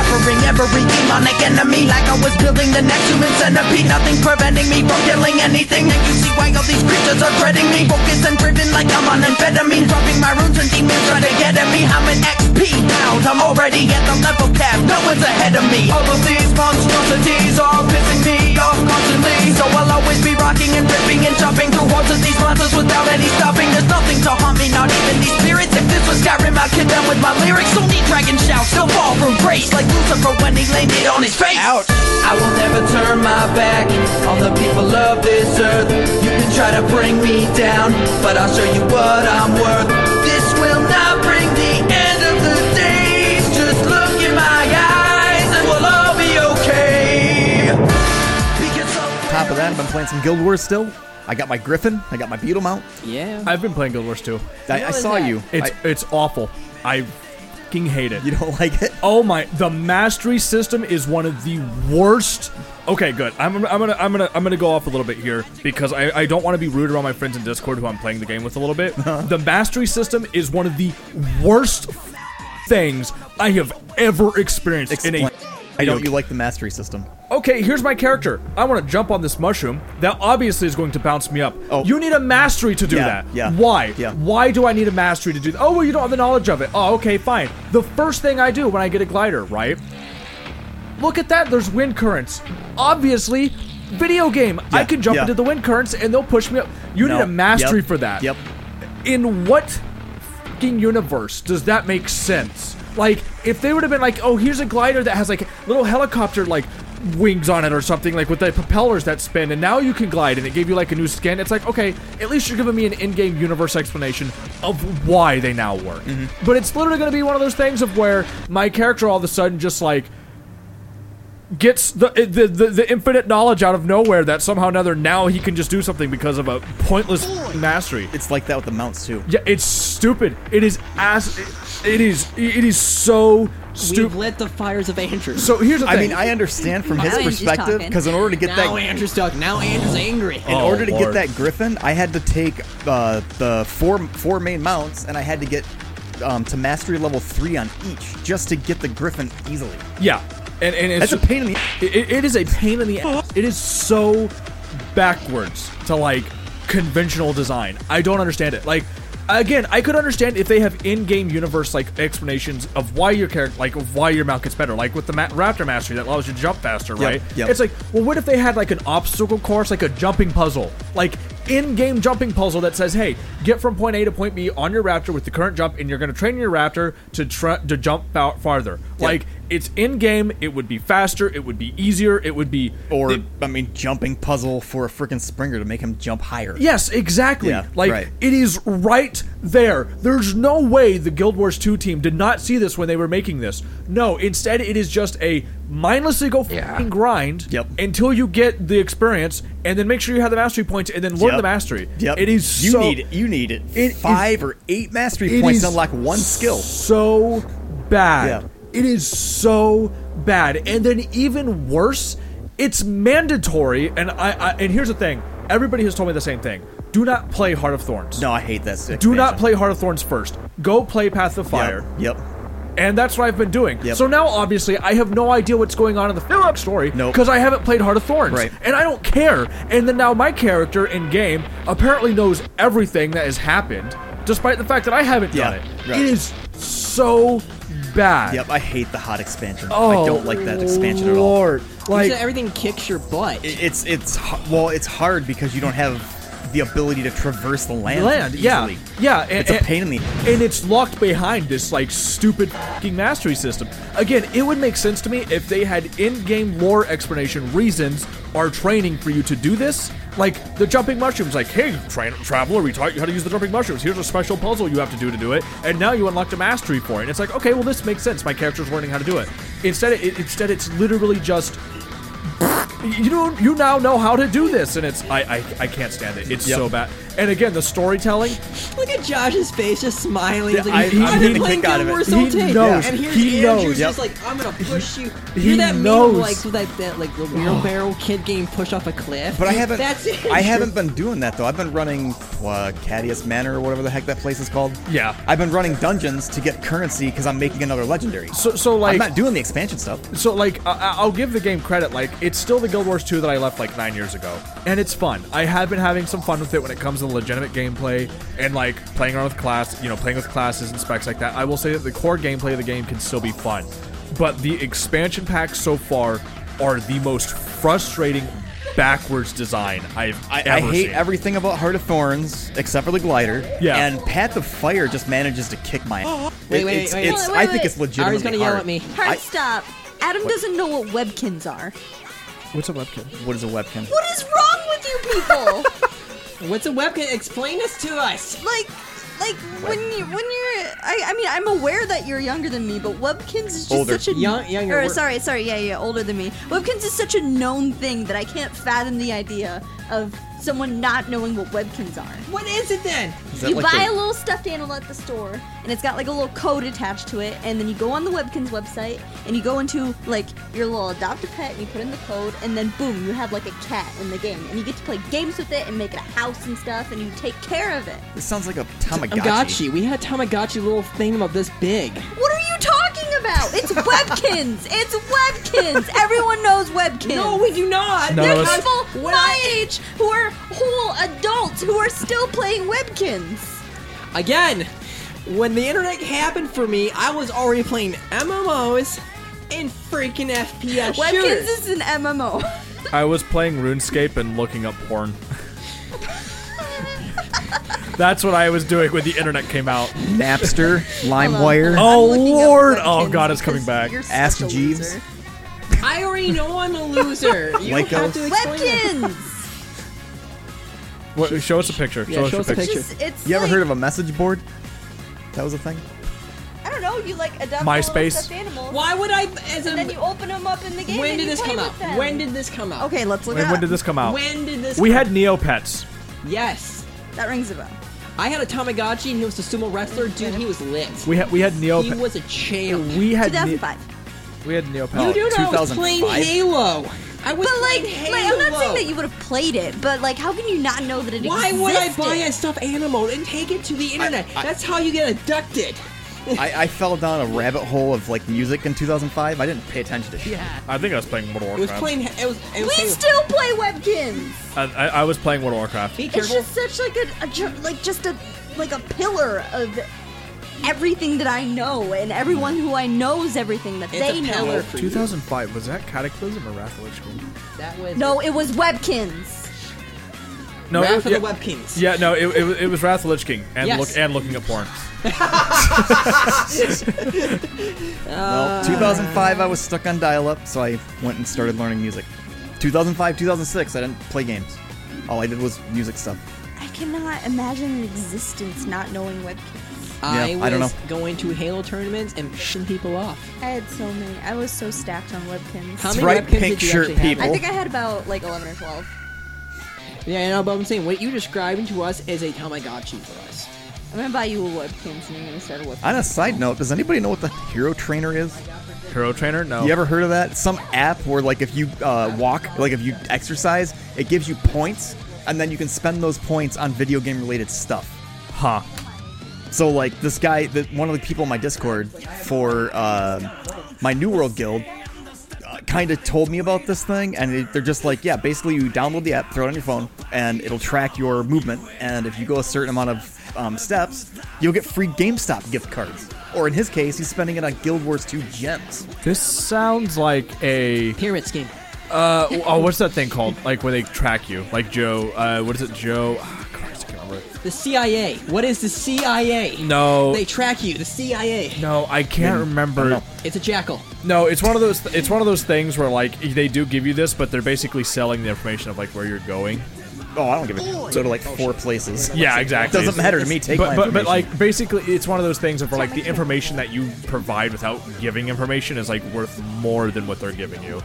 S7: Suffering every demonic enemy like I was building the next human centipede. Nothing preventing me from killing anything. And you see why all these creatures are dreading me. Focused and driven like I'm on amphetamine. Dropping my runes and demons trying to get at me. I'm an XP now. I'm already at the level cap. No one's ahead of me. All of these monstrosities are pissing me off constantly. So I'll always be rocking and ripping and jumping through walls of these monsters without any stopping. There's nothing to harm me, not even these spirits. If this was Skyrim, I'd kill them with my lyrics. So need dragon shouts, no ballroom grace. Like Lucifer when he landed on his face. Out. I will never turn my back on the people of this earth. You can try to bring me down, but I'll show you what I'm worth. This will not bring the end of the days. Just look in my eyes and we'll all be okay.
S4: Top of that, I've been playing some Guild Wars still. I got my Griffin. I got my Beetle Mount.
S1: Yeah.
S4: I've been playing Guild Wars too. I, I saw you.
S3: It's
S4: I-
S3: it's awful. I fucking hate it. You
S4: don't like it?
S3: Oh my! The mastery system is one of the worst. Okay, good. I'm, I'm gonna I'm gonna I'm gonna go off a little bit here because I, I don't want to be rude around my friends in Discord who I'm playing the game with a little bit. the mastery system is one of the worst things I have ever experienced in a.
S4: Explain. I don't you like the mastery system?
S3: Okay, here's my character. I want to jump on this mushroom. That obviously is going to bounce me up. Oh. You need a mastery to do
S4: Yeah,
S3: that.
S4: yeah,
S3: Why? Why do I need a mastery to do that? Oh, well, you don't have the knowledge of it. Oh, okay, fine. The first thing I do when I get a glider, right? Look at that. There's wind currents. Obviously, video game. I can jump
S4: yeah.
S3: into the wind currents and they'll push me up. You
S4: No,
S3: need a mastery
S4: yep,
S3: for that.
S4: Yep.
S3: In what fucking universe does that make sense? Like, if they would have been like, oh, here's a glider that has like little helicopter like wings on it or something, like with the propellers that spin, and now you can glide, and it gave you like a new skin. It's like, okay, at least you're giving me an in game universe explanation of why they now work. But it's literally going to be one of those things of where my character all of a sudden just like gets the, eh, the the the infinite knowledge out of nowhere that somehow or another now he can just do something because of a pointless mastery.
S4: It's like that with the mounts too.
S3: Yeah, it's stupid. It is ass. It, it is it is so
S1: We've
S3: stupid.
S1: lit the fires of Andrew.
S3: So here's the
S4: I
S3: thing.
S4: mean, I understand from his
S1: Now Andrew's
S4: perspective
S1: talking.
S4: because in order to get
S1: now
S4: that,
S1: Andrew's talking. Now Andrew's angry.
S4: in order to get that griffin, I had to take uh, the four four main mounts, and I had to get um, to mastery level three on each just to get the griffin easily.
S3: Yeah, and and it's
S4: That's a pain in the.
S3: It, it is a pain in the ass. It is so backwards to like conventional design. I don't understand it. Like. Again, I could understand if they have in-game universe like explanations of why your character, like of why your mount gets better, like with the ma- Raptor Mastery that allows you to jump faster,
S4: Yep,
S3: right?
S4: yep.
S3: It's like, well, what if they had like an obstacle course, like a jumping puzzle, like in-game jumping puzzle that says, hey, get from point A to point B on your Raptor with the current jump, and you're going to train your Raptor to try to jump fa- farther. Like it's in-game, it would be faster, it would be easier, it would be
S4: Or I mean, jumping puzzle for a freaking Springer to make him jump higher.
S3: Yes, exactly.
S4: Yeah,
S3: like
S4: right.
S3: it is right there. There's no way the Guild Wars 2 team did not see this when they were making this. No, instead it is just a mindlessly go fucking grind until you get the experience and then make sure you have the mastery points and then learn
S4: Yep.
S3: the mastery.
S4: Yep.
S3: It is
S4: You
S3: so
S4: need it. You need it.
S3: It is-
S4: Five or eight mastery
S3: it
S4: points
S3: is
S4: to unlock one skill.
S3: So bad.
S4: Yeah.
S3: It is so bad. And then even worse, it's mandatory. And I, I and here's the thing: everybody has told me the same thing. Do not play Heart of Thorns.
S4: No, I hate that.
S3: Do not
S4: expansion.
S3: play Heart of Thorns first. Go play Path of Fire.
S4: Yep.
S3: And that's what I've been doing. So now, obviously, I have no idea what's going on in the film story because I haven't played Heart of Thorns,
S4: Right.
S3: and I don't care. And then now my character in game apparently knows everything that has happened, despite the fact that I haven't done it.
S4: right.
S3: It is so bad.
S4: Yep, I hate the hot expansion.
S3: Oh,
S4: I don't like that expansion at all.
S3: Lord.
S1: you said everything kicks your butt.
S4: It- It's it's h- well, it's hard because you don't have the ability to traverse the land.
S3: Land, yeah,
S4: easily.
S3: yeah, and-
S4: it's a
S3: and-
S4: pain in the.
S3: and it's locked behind this like stupid fucking mastery system. Again, it would make sense to me if they had in-game lore explanation reasons or training for you to do this. Like the jumping mushrooms, like, hey, train traveler, we taught you how to use the jumping mushrooms. Here's a special puzzle you have to do to do it, and now you unlocked a mastery for it. And it's like, okay, well, this makes sense. My character's learning how to do it. Instead, it, instead, it's literally just you know you now know how to do this, and it's I I, I can't stand it. It's
S1: Yep.
S3: so bad. And again, the storytelling,
S1: Look at Josh's face, just smiling. He's like,
S3: Yeah, I-
S1: I've
S3: I'm
S1: been
S3: getting a
S1: playing
S3: kick out
S1: Guild
S3: of it.
S1: Wars
S3: He
S1: all day.
S3: knows.
S1: And here's
S3: He
S1: Andrew's
S3: knows.
S1: just
S3: Yep.
S1: like, I'm gonna push you.
S3: he
S1: You're that
S3: knows. Oh.
S1: meme like with that, that like the wheelbarrow kid getting pushed off a cliff.
S4: But I haven't.
S1: That's it.
S4: I haven't been doing that though. I've been running uh, Cadius Manor or whatever the heck that place is called.
S3: Yeah.
S4: I've been running dungeons to get currency because I'm making another legendary.
S3: So so like
S4: I'm not doing the expansion stuff.
S3: so like I- I- I'll give the game credit. Like it's still the Guild Wars 2 that I left like nine years ago, and it's fun. I have been having some fun with it when it comes to legitimate gameplay and like playing around with class, you know, playing with classes and specs like that. I will say that the core gameplay of the game can still be fun, but the expansion packs so far are the most frustrating backwards design I've
S4: I, I
S3: ever
S4: hate
S3: seen.
S4: everything about Heart of Thorns except for the glider.
S3: Yeah.
S4: And Path of Fire just manages to kick my.
S1: Oh, Wait,
S4: It-
S1: wait,
S4: it's,
S1: wait,
S4: it's-
S1: wait,
S4: I
S1: wait,
S4: think
S1: wait.
S4: it's legitimately
S1: Ari's gonna yell
S4: hard.
S1: at me.
S2: Hard
S4: I-
S2: stop. Adam
S4: What?
S2: doesn't know what webkins are.
S3: What's a webkin?
S4: What is a webkin?
S2: What is wrong with you people?
S1: What's a webcam? Explain this to us.
S2: like like when you when you're I, I mean I'm aware that you're younger than me, but webkins is just
S1: Older.
S2: such a
S1: Young- younger,
S2: Or,
S1: we're-
S2: sorry, sorry, yeah, yeah, older than me. Webkins is such a known thing that I can't fathom the idea of someone not knowing what webkins are.
S1: What is it then?
S4: Is that
S2: you
S4: like
S2: buy a
S4: the-
S2: little stuffed animal at the store, and it's got like a little code attached to it, and then you go on the Webkins website, and you go into like your little adopt a pet, and you put in the code, and then boom, you have like a cat in the game, and you get to play games with it and make it a house and stuff, and you take care of it.
S4: This sounds like a
S1: Tamagotchi. We had a Tamagotchi little thing about this big.
S2: What are you talking about? It's Webkins. it's Webkins. Everyone knows Webkins.
S1: No, we do not.
S3: None
S2: They're
S3: of us-
S2: people my age who are whole adults who are still playing Webkins.
S1: Again, when the internet happened for me, I was already playing MMOs and freaking FPS
S2: Webkins
S1: shooters.
S2: is an MMO.
S3: I was playing RuneScape and looking up porn. That's what I was doing when the internet came out.
S4: Napster, LimeWire.
S2: Oh,
S3: Oh lord! Oh god, it's coming back.
S4: Ask Jeeves.
S1: I already know I'm a loser. You
S3: Like
S1: have
S3: us.
S1: to explain it.
S2: Webkins!
S3: What, show us a picture.
S4: Yeah,
S3: show us
S4: show
S3: your
S4: us a
S3: picture.
S2: Just- it's
S4: You ever
S2: like-
S4: heard of a message board? That was a thing.
S2: I don't know, you like adopt all
S4: MySpace.
S2: those stuffed animals.
S1: Why would I? As
S2: and then you open them up in the game.
S1: When
S2: and
S1: did
S2: you
S1: this
S2: play
S1: come
S2: with
S1: out?
S2: them.
S1: When did this come out?
S2: Okay, let's look it
S3: When,
S2: up.
S3: when did this come out?
S1: When did this?
S3: We
S1: come
S3: had Neopets.
S1: Yes.
S2: That rings a bell.
S1: I had a Tamagotchi and he was a sumo wrestler. Dude, he was lit.
S3: We had we had
S1: He
S3: Neopets.
S1: was a champ.
S3: We had Ne-
S2: 2005.
S3: We had Neopets.
S4: Oh,
S1: You do know I was playing
S3: 2005?
S1: Halo. I was
S2: but like,
S1: playing
S2: like, I'm not saying
S1: Halo.
S2: that you would have played it, but like, how can you not know that it
S1: Why
S2: existed?
S1: would I buy a stuffed animal and take it to the internet? That's how you get abducted.
S4: I, I fell down a rabbit hole of like music in 2005. I didn't pay attention to shit.
S1: Yeah.
S3: I think I was playing Mortal
S1: It was playing. It was. It was
S2: We still play Webkins.
S3: I, I, I was playing World of Warcraft.
S2: It's just such like a, a ju- like just a like a pillar of everything that I know, and everyone who I knows everything that they know.
S3: 2005 was that Cataclysm or Wrath of Lich King?
S1: That was
S2: no, it was Webkins.
S3: No,
S1: Wrath
S3: it,
S1: of the
S3: yeah,
S1: Webkins.
S3: Yeah, no, it, it, was- it was Wrath of Lich King and
S1: Yes.
S3: look and looking at porn.
S1: Uh.
S4: Well, 2005, I was stuck on dial-up, so I went and started learning music. 2005, 2006, I didn't play games. All I did was music stuff.
S2: I cannot imagine an existence not knowing Webkins.
S4: Yeah,
S1: I was
S4: I don't know.
S1: going to Halo tournaments and pissing people off.
S2: I had so many. I was so stacked on Webkins.
S1: How That's many right, Webkins did you
S4: pink shirt actually have? people.
S2: I think I had about like 11 or 12.
S1: Yeah, I know, but I'm saying what you described to us is a Tamagotchi for us.
S2: I'm gonna buy you a Webkins and you're gonna start a Webkins.
S4: On a side note, does anybody know what the Hero Trainer is?
S3: Hero Trainer? No.
S4: You ever heard of that? Some app where like if you uh, walk, like if you exercise, it gives you points, and then you can spend those points on video game related stuff.
S3: Huh.
S4: So like this guy, the, one of the people in my Discord for uh, my New World guild. Uh, kind of told me about this thing, and it, they're just like, yeah, basically you download the app, throw it on your phone, and it'll track your movement. And if you go a certain amount of um, steps, you'll get free GameStop gift cards. Or in his case, he's spending it on Guild Wars 2 gems.
S3: This sounds like a
S1: pyramid scheme.
S3: Uh oh, what's that thing called? Like where they track you? Like Joe? Uh, what is it, Joe? Ah, Christ, I can't remember. it.
S1: The CIA. What is the CIA?
S3: No.
S1: They track you. The CIA.
S3: No, I can't remember.
S1: It's a jackal.
S3: No, it's one of those. It's one of those things where like they do give you this, but they're basically selling the information of like where you're going.
S4: Oh, I don't give a so to like four places.
S3: Yeah, exactly.
S4: Doesn't matter to me. Take
S3: but,
S4: my
S3: but, but
S4: information.
S3: like basically, it's one of those things of where like the information that you provide without giving information is like worth more than what they're giving you.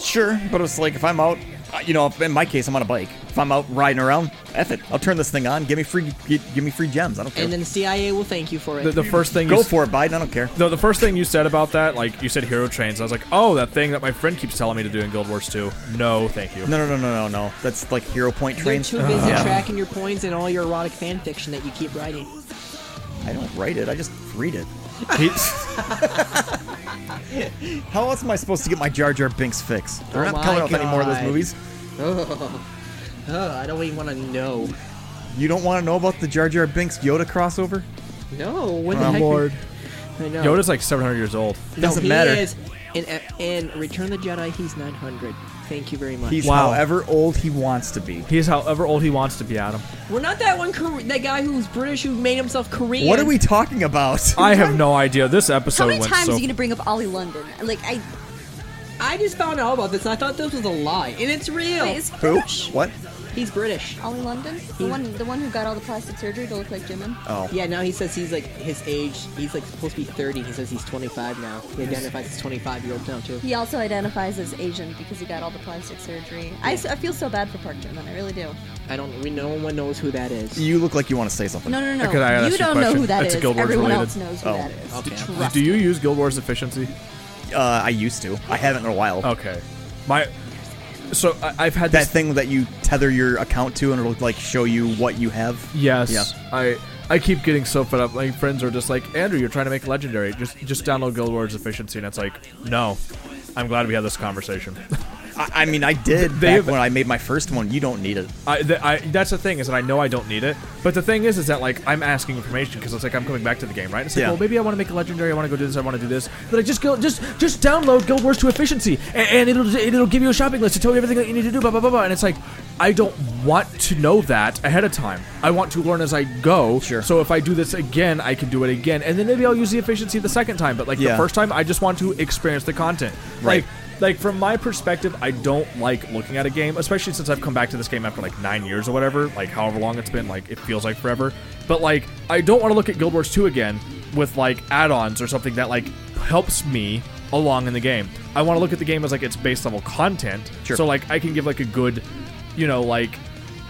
S4: Sure, but it's like if I'm out, uh, you know, if- in my case, I'm on a bike. If I'm out riding around, F it, I'll turn this thing on. Give me free, gi- give me free gems. I don't care.
S1: And then the CIA will thank you for it.
S3: The, the first thing
S4: Go
S3: you
S4: for it, Biden. I don't care.
S3: No, the first thing you said about that, like you said, hero trains. I was like, oh, that thing that my friend keeps telling me to do in Guild Wars 2. No, thank you.
S4: No, no, no, no, no, no. That's like hero point
S1: They're
S4: train.
S1: too
S4: Uh-huh.
S1: busy tracking your points and all your erotic fan fiction that you keep writing.
S4: I don't write it. I just read it. How else am I supposed to get my Jar Jar Binks fix? They're
S1: Oh
S4: not coming
S1: my
S4: up with any more of those
S1: God.
S4: movies.
S1: Oh, oh I don't even want to know.
S4: You don't want to know about the Jar Jar Binks Yoda crossover?
S1: No, what
S4: Oh,
S1: the heck?
S4: Lord.
S1: I know.
S3: Yoda's like 700 years old.
S1: no,
S4: doesn't
S1: he
S4: matter.
S1: Is. In, uh, in Return of the Jedi, he's 900. Thank you very much.
S4: He's however old he wants to be.
S3: He's however old he wants to be, Adam.
S1: We're not that one. Kore- that guy who's British who made himself Korean.
S4: What are we talking about?
S3: I have no idea. This episode
S2: How many
S3: went
S2: times
S3: so.
S2: are you gonna bring up Ollie London? Like I,
S1: I just found out about this. and I thought this was a lie, and it's real.
S2: Wait, is he
S4: Who? What?
S1: He's British.
S2: Ollie London, the
S1: He-
S2: one, the one who got all the plastic surgery to look like Jim. Henson?
S4: Oh.
S1: Yeah, now he says he's like his age. He's like supposed to be 30. He says he's 25 now. He identifies as 25 year old now too.
S2: He also identifies as Asian because he got all the plastic surgery. I, s- I feel so bad for Park Jimin. I really do.
S1: I don't. We no one knows who that is.
S4: You look like you want to say something.
S2: No, no, no.
S3: Could I
S2: no.
S3: ask
S2: You
S3: a
S2: don't know
S3: question?
S2: who that
S3: It's
S2: is.
S3: Guild Wars
S2: Everyone
S3: related.
S2: else knows who
S4: Oh.
S2: that is.
S1: Okay.
S2: Trust
S3: Do you use Guild Wars efficiency?
S4: Uh, I used to. I haven't in a while.
S3: Okay. My. So I, I've had
S4: that
S3: this-
S4: thing that you tether your account to, and it'll like show you what you have.
S3: Yes.
S4: Yeah.
S3: I I keep getting so fed up. My friends are just like, Andrew, you're trying to make legendary. Just just download Guild Wars efficiency, and it's like, no. I'm glad we had this conversation.
S4: I, I mean, I did
S3: They
S4: back
S3: have-
S4: when I made my first one. You don't need it.
S3: I, th- I that's the thing is that I know I don't need it, but the thing is is that like I'm asking information because it's like I'm coming back to the game, right? It's like,
S4: Yeah.
S3: well, maybe I want to make a legendary, I want to go do this, I want to do this. But like, just go, just just download Guild Wars to efficiency, and, and it'll it'll give you a shopping list to tell you everything that you need to do, blah blah blah blah. And it's like, I don't want to know that ahead of time. I want to learn as I go. Sure. So if I do this again, I can do it again, and then maybe I'll use the efficiency the second time. But like the
S4: Yeah.
S3: first time, I just want to experience the content.
S4: Right.
S3: Like, like from my perspective, I don't like looking at a game, especially since I've come back to this game after like nine years or whatever, like however long it's been, like it feels like forever. But like, I don't want to look at Guild Wars 2 again with like add-ons or something that like helps me along in the game. I want to look at the game as like its base level content,
S4: Sure.
S3: so like I can give like a good, you know, like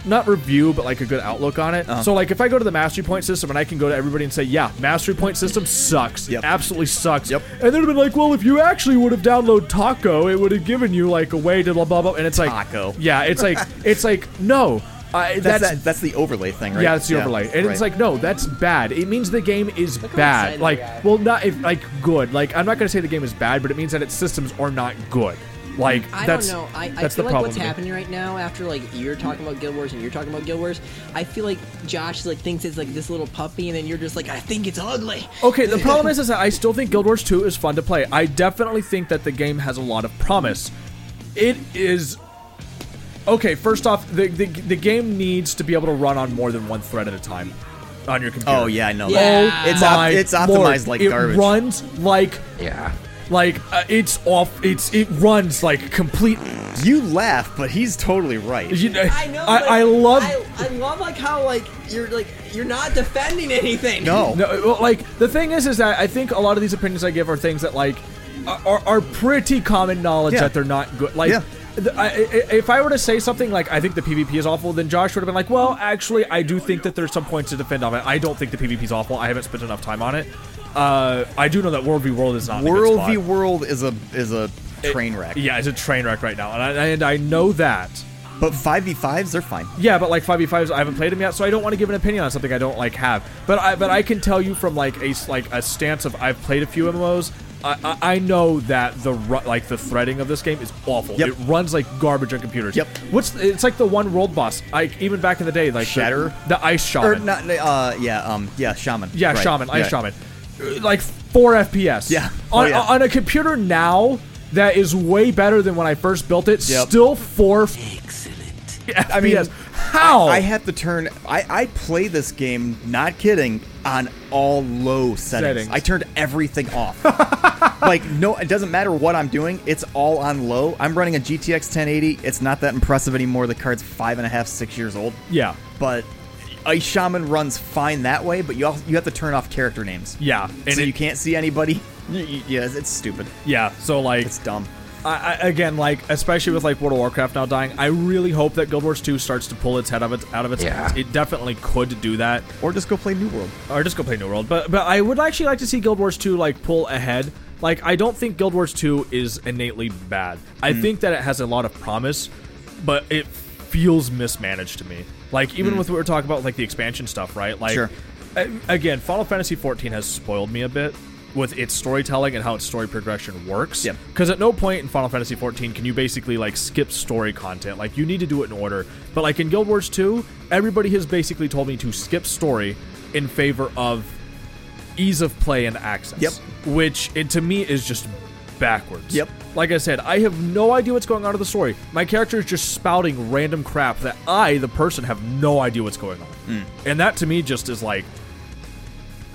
S3: not review, but like a good outlook on it.
S4: Uh-huh.
S3: So like if I go to the mastery point system and I can go to everybody and say, yeah, mastery point system sucks. It absolutely sucks. Yep. And they'd have been like, well, if you actually would have downloaded Taco, it would have given you like a way to blah blah blah. And it's like Taco. Yeah, it's like it's like no. I,
S4: That's
S3: that's,
S4: that- that's the overlay thing, right?
S3: Yeah, it's the
S4: Yeah,
S3: overlay, and
S4: right.
S3: it's like, no, that's bad. It means the game is bad.
S4: excited
S3: Like,
S4: we are.
S3: well, not if like good. Like, I'm not gonna say the game is bad, but it means that its systems are not good. Like,
S15: I
S3: that's
S15: don't know. I, I
S3: that's
S15: feel
S3: the
S15: like
S3: problem.
S15: what's
S3: to me.
S15: happening right now, after like you're talking about Guild Wars and you're talking about Guild Wars, I feel like Josh like thinks it's like this little puppy, and then you're just like, I think it's ugly.
S3: Okay, the problem is, is that I still think Guild Wars 2 is fun to play. I definitely think that the game has a lot of promise. It is. Okay, first off, the, the, the game needs to be able to run on more than one thread at a time on your computer.
S4: Oh, yeah, I know
S3: Oh
S4: that. It's op-
S3: my
S4: it's
S3: lord.
S4: optimized like
S3: it
S4: garbage.
S3: runs like. Yeah. Like, uh, it's off. It's It runs like complete.
S4: You laugh, but he's totally right.
S15: I know.
S3: I,
S15: like,
S3: I love.
S15: I, I love like how like you're like you're not defending anything.
S3: well, like the thing is, is that I think a lot of these opinions I give are things that like are, are- are pretty common knowledge
S4: Yeah.
S3: that they're not good. Like.
S4: Yeah.
S3: th- I, I- if I were to say something like I think the PvP is awful, then Josh would have been like, "Well, actually, I do think that there's some points to defend on it. I don't think the PvP is awful. I haven't spent enough time on it. Uh, I do know that World v World is not a good
S4: World
S3: spot.
S4: v. World is a is a train wreck.
S3: Yeah, it's a train wreck right now, and I, and I know that.
S4: But five v fives, they're fine.
S3: Yeah, but like five v fives, I haven't played them yet, so I don't want to give an opinion on something I don't like have. But I but I can tell you from like a s- like a stance of I've played a few MMOs. I, I, I know that the ru- like the threading of this game is awful.
S4: Yep.
S3: It runs like garbage on computers. Yep. What's it's like the one world boss? Like even back in the day, like the-
S4: Shatter?
S3: the, ice shaman.
S4: Or not? Uh, yeah, um, yeah, shaman.
S3: Yeah,
S4: Right.
S3: Shaman, Ice
S4: Yeah.
S3: Shaman. Uh, Like four FPS.
S4: Yeah.
S3: On,
S4: Oh, yeah.
S3: on a computer now that is way better than when I first built it.
S4: Yep.
S3: Still four. Excellent. FPS. I mean, how?
S4: I, I have to turn. I, I play this game, not kidding, on all low settings.
S3: Settings.
S4: I turned everything off. like no, it doesn't matter what I'm doing. It's all on low. I'm running a GTX 1080. It's not that impressive anymore. The card's five and a half, six years old.
S3: Yeah.
S4: but Ice Shaman runs fine that way. But you also, you have to turn off character names.
S3: Yeah, and
S4: so
S3: it-
S4: you can't see anybody. Y- y- Yeah, it's- it's stupid.
S3: Yeah, so like
S4: it's dumb.
S3: I, I, again, like especially with like World of Warcraft now dying, I really hope that Guild Wars 2 starts to pull its head out of its out of its
S4: Yeah.
S3: hands. It definitely could do that,
S4: or just go play New World,
S3: or just go play New World. But but I would actually like to see Guild Wars 2 like pull ahead. Like I don't think Guild Wars 2 is innately bad. I
S4: Mm.
S3: think that it has a lot of promise, but it feels mismanaged to me. Like even
S4: Mm.
S3: with what we're talking about, like the expansion stuff, right? Like
S4: Sure.
S3: a- again, Final Fantasy 14 has spoiled me a bit with its storytelling and how its story progression works. Yep. Because at no point in Final Fantasy 14 can you basically like skip story content. Like you need to do it in order. But like in Guild Wars 2, everybody has basically told me to skip story in favor of ease of play and access. Yep. Which it, to me is just backwards. Yep. Like I said, I have no idea what's going on in the story. My character is just spouting random crap that I, the person, have no idea what's going on. And that to me just is like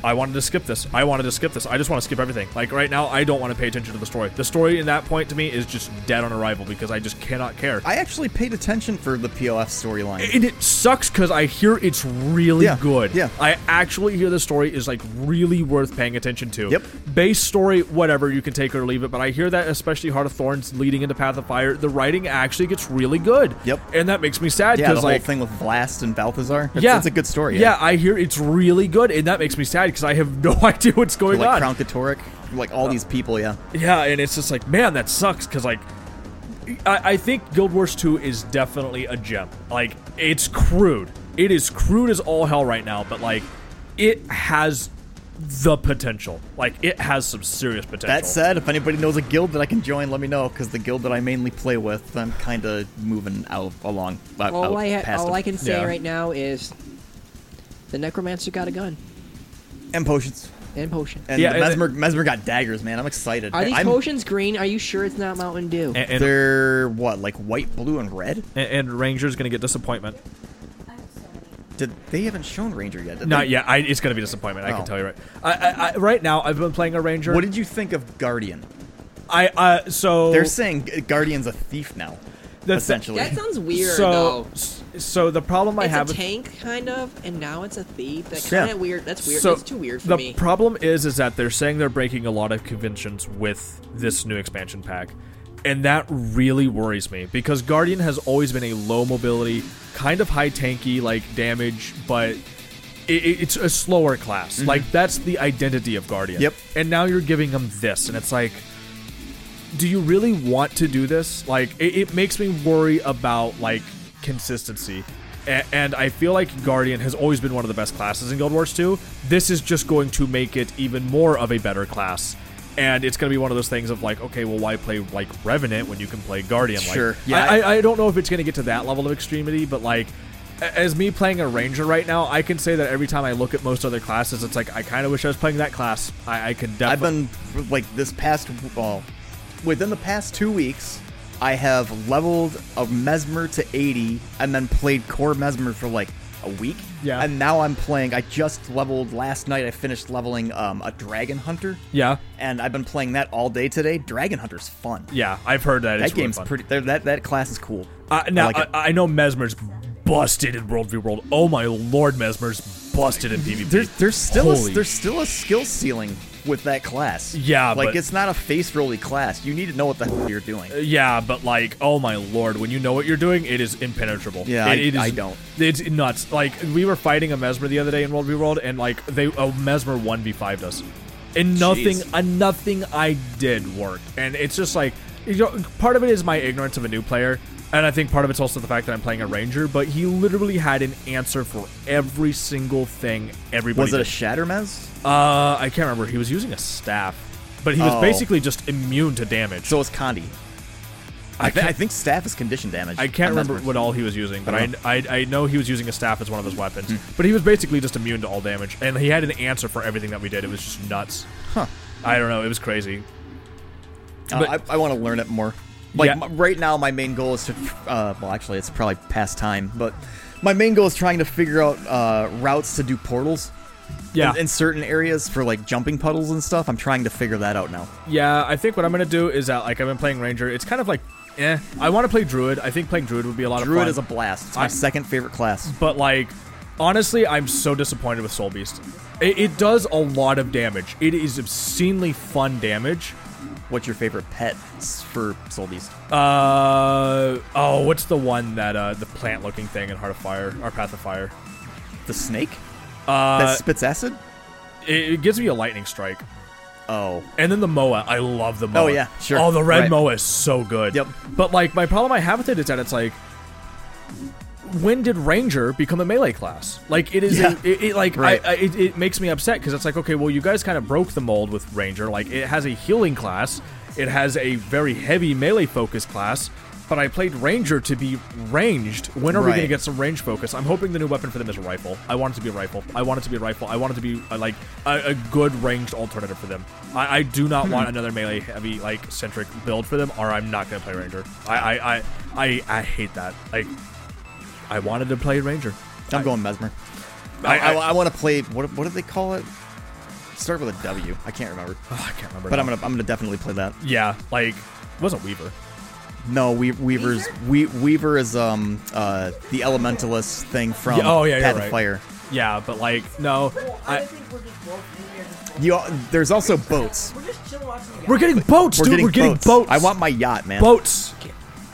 S3: I wanted to skip this. I wanted to skip this. I just want to skip everything. Like right now, I don't want to pay attention to the story. The story in that point to me is just dead on arrival because I just cannot care.
S4: I actually paid attention for the POF storyline.
S3: And it sucks because I hear it's really
S4: Yeah,
S3: good.
S4: yeah.
S3: I actually hear the story is like really worth paying attention to. Yep. Base story, whatever, you can take or leave it, but I hear that especially Heart of Thorns leading into Path of Fire, the writing actually gets really good. Yep. And that makes me sad
S4: Yeah, the
S3: because
S4: whole
S3: like
S4: thing with Blast and Balthazar. It's,
S3: yeah,
S4: it's a good story.
S3: Yeah. I hear it's really good, and that makes me sad because I have no idea what's going
S4: like
S3: on.
S4: Crown Katoric, like
S3: Uh,
S4: all these people. Yeah,
S3: Yeah, and it's just like, man, that sucks because like, I, I think Guild Wars Two is definitely a gem. Like, it's crude. It is crude as all hell right now, but like, it has the potential. Like, it has some serious potential.
S4: That said, if anybody knows a guild that I can join, let me know because the guild that I mainly play with, I'm kind of moving out along. out-
S15: all
S3: Oh,
S4: out
S15: I ha-
S4: past
S15: all
S4: them.
S15: I can say right now is the necromancer got a gun
S4: and potions.
S15: and potion.
S4: And the mesmer, mesmer got daggers, man. I'm excited.
S15: Are these
S4: I'm-
S15: potions green? Are you sure it's not Mountain Dew?
S4: they're what, like white, blue, and red?
S3: And, and Ranger's gonna get disappointment.
S4: Did they haven't shown Ranger yet? did
S3: Not
S4: they?
S3: yet. I, it's gonna be disappointment. I
S4: Oh.
S3: can tell you right. I, I, I, right now, I've been playing a Ranger.
S4: What did you think of Guardian?
S3: I uh so
S4: They're saying Gu- Guardian's a thief now,
S3: That's-
S4: essentially.
S15: That sounds weird,
S3: So
S15: though.
S3: s- so the problem I
S15: it's
S3: have
S15: a
S3: with-
S15: tank kind of, and now it's a thief. That's
S3: Yeah.
S15: kind of weird. That's weird.
S3: So
S15: that's too weird for
S3: the
S15: me.
S3: problem is, is that they're saying they're breaking a lot of conventions with this new expansion pack, and that really worries me because Guardian has always been a low mobility, kind of high tanky like damage, but it, it- it's a slower class.
S4: Mhm.
S3: Like that's the identity of Guardian.
S4: Yep.
S3: And now you're giving them this, and it's like. Do you really want to do this? Like, it, it makes me worry about like consistency a- and I feel like Guardian has always been one of the best classes in Guild Wars 2. This is just going to make it even more of a better class. And it's going to be one of those things of like, okay, well, why play like Revenant when you can play Guardian? Like,
S4: Sure.
S3: Yeah.
S4: Yeah,
S3: I, I, I don't know if it's going to get to that level of extremity, but like, a- as me playing a Ranger right now, I can say that every time I look at most other classes, it's like I kind of wish I was playing that class. I, I could
S4: I've
S3: definitely.
S4: been like this past well, within the past two weeks, I have leveled a mesmer to eighty, and then played core mesmer for like a week.
S3: Yeah.
S4: And now I'm playing. I just leveled last night. I finished leveling um, a dragon hunter.
S3: Yeah.
S4: And I've been playing that all day today. Dragon hunter's fun.
S3: Yeah, I've heard that.
S4: That
S3: it's really
S4: game's
S3: fun.
S4: pretty. there- That that class is cool.
S3: Uh, now I,
S4: like it.
S3: I, know Mesmer's busted in World v World. Oh my lord, Mesmer's busted in PvP.
S4: There, there's still a,
S3: Holy
S4: there's still a skill ceiling with that class.
S3: Yeah,
S4: like
S3: but-
S4: it's not a face rolly class. You need to know what the hell you're doing.
S3: Yeah, but like, oh my lord, when you know what you're doing, it is impenetrable.
S4: Yeah,
S3: It-
S4: I-
S3: it is-
S4: I don't.
S3: It's nuts. Like we were fighting a mesmer the other day in World v World, and like they a mesmer one v five us, and nothing,
S4: Jeez.
S3: uh, nothing I did worked. And it's just like, you know, part of it is my ignorance of a new player, and I think part of it's also the fact that I'm playing a ranger. But he literally had an answer for every single thing. Everybody
S4: Was it a
S3: did.
S4: shatter mez?
S3: Uh, I can't remember. He was using a staff, but he was
S4: Oh.
S3: basically just immune to damage.
S4: So it's Condi. I, thi- I think staff is condition damage.
S3: I can't
S4: on
S3: remember
S4: Mesmer.
S3: what all he was using, but
S4: I
S3: I, Hmm.
S4: don't
S3: I, I know he was using a staff as one of his weapons. But he was basically just immune to all damage, and he had an answer for everything that we did. It was just nuts.
S4: Huh.
S3: I don't know. It was crazy.
S4: Uh,
S3: but-
S4: I, I want to learn it more. Like
S3: Yeah.
S4: m- right now, my main goal is to. Uh, well, actually, it's probably past time, but my main goal is trying to figure out uh, routes to do portals.
S3: Yeah.
S4: In, in certain areas for like jumping puddles and stuff. I'm trying to figure that out now.
S3: Yeah, I think what I'm gonna do is that like I've been playing ranger. It's kind of like, eh. I want to play druid. I think playing druid would be a lot of
S4: Druid
S3: fun.
S4: is a blast. It's my
S3: I-
S4: second favorite class.
S3: but like honestly i'm so disappointed with soul beast it, it does a lot of damage it is obscenely fun damage
S4: what's your favorite pet for soul beast
S3: uh oh what's the one that uh the plant looking thing in heart of fire or path of fire
S4: the snake
S3: uh
S4: that spits acid.
S3: it, it gives me a lightning strike
S4: Oh.
S3: And then the Moa. I love the Moa.
S4: Oh, yeah, sure.
S3: Oh, the red
S4: Right.
S3: Moa is so good. Yep. But, like, my problem I have with it is that it's like, when did Ranger become a melee class? Like, it is, a-
S4: Yeah.
S3: it, it, like,
S4: Right.
S3: I, I, it, it makes me upset because it's like, okay, well, you guys kind of broke the mold with Ranger. Like, it has a healing class, it has a very heavy melee focus class. But I played Ranger to be ranged. When are we going to
S4: Right.
S3: get some range focus? I'm hoping the new weapon for them is a rifle. I want it to be a rifle. I want it to be a rifle. I want it to be uh, like a, a good ranged alternative for them. I, I do
S4: Hmm.
S3: not want another melee heavy like centric build for them, or I'm not going to play Ranger. I I, I I I hate that. Like I wanted to play Ranger.
S4: I'm going Mesmer. I,
S3: I-
S4: I,
S3: Oh, I-
S4: want to play. What, what do they call it? Start with a W. I can't remember.
S3: I can't remember
S4: But
S3: now.
S4: I'm gonna I'm gonna definitely play that.
S3: Yeah, like it wasn't Weaver.
S4: No, we, Weaver's we, Weaver is um uh the elementalist thing from
S3: Yeah, oh yeah,
S4: Path
S3: you're
S4: of
S3: right.
S4: Fire.
S3: Yeah, but like no, I,
S4: You al- there's also boats.
S3: we're getting boats, dude. we're getting boats.
S4: I want my yacht, man.
S3: boats.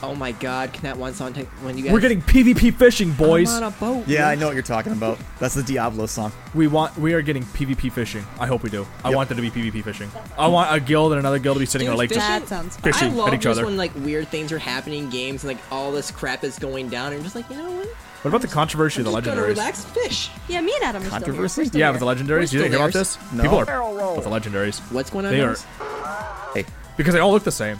S15: Oh my God! Can that one song take when you guys?
S3: We're getting PvP fishing, boys.
S15: I'm on a boat.
S4: Yeah, I know what you're talking about. That's the Diablo song.
S3: We want. We are getting PvP fishing. I hope we do. I want there to be PvP fishing. I want a guild and another guild to be sitting on a lake just
S15: I
S3: fishing
S15: love
S3: at each
S15: just
S3: other.
S15: when like weird things are happening in games and like all this crap is going down and you're just like, you know what?
S3: What about the controversy of the
S15: I'm just gonna
S3: legendaries?
S15: relax, fish.
S2: Yeah, me and Adam are still here. We're still
S3: Yeah,
S2: here.
S3: with the legendaries.
S2: We're still
S3: You didn't hear about
S2: here.
S3: this?
S4: No.
S3: People
S4: Barrel
S3: are
S4: roll.
S3: with the legendaries.
S15: What's going on,
S3: They
S15: guys?
S3: are. Hey. Because they all look the same.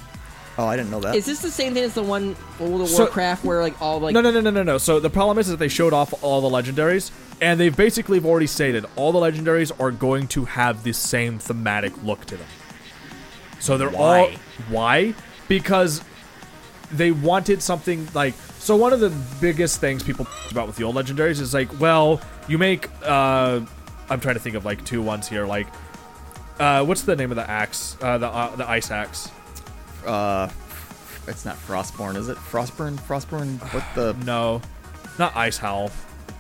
S4: Oh, I didn't know that.
S15: Is this the same thing as the one World of
S3: So-
S15: Warcraft where like all like
S3: no, no, no, no, no, no. So the problem is that they showed off all the legendaries, and they've basically have already stated all the legendaries are going to have the same thematic look to them. So they're all
S6: Why?
S3: why because they wanted something like so. One of the biggest things people about with the old legendaries is like, well, you make. uh I'm trying to think of like two ones here. Like, uh what's the name of the axe? Uh, the uh, the ice axe.
S4: uh, it's not Frostborn, is it? Frostburn? Frostburn? What the?
S3: no, not Ice Howl.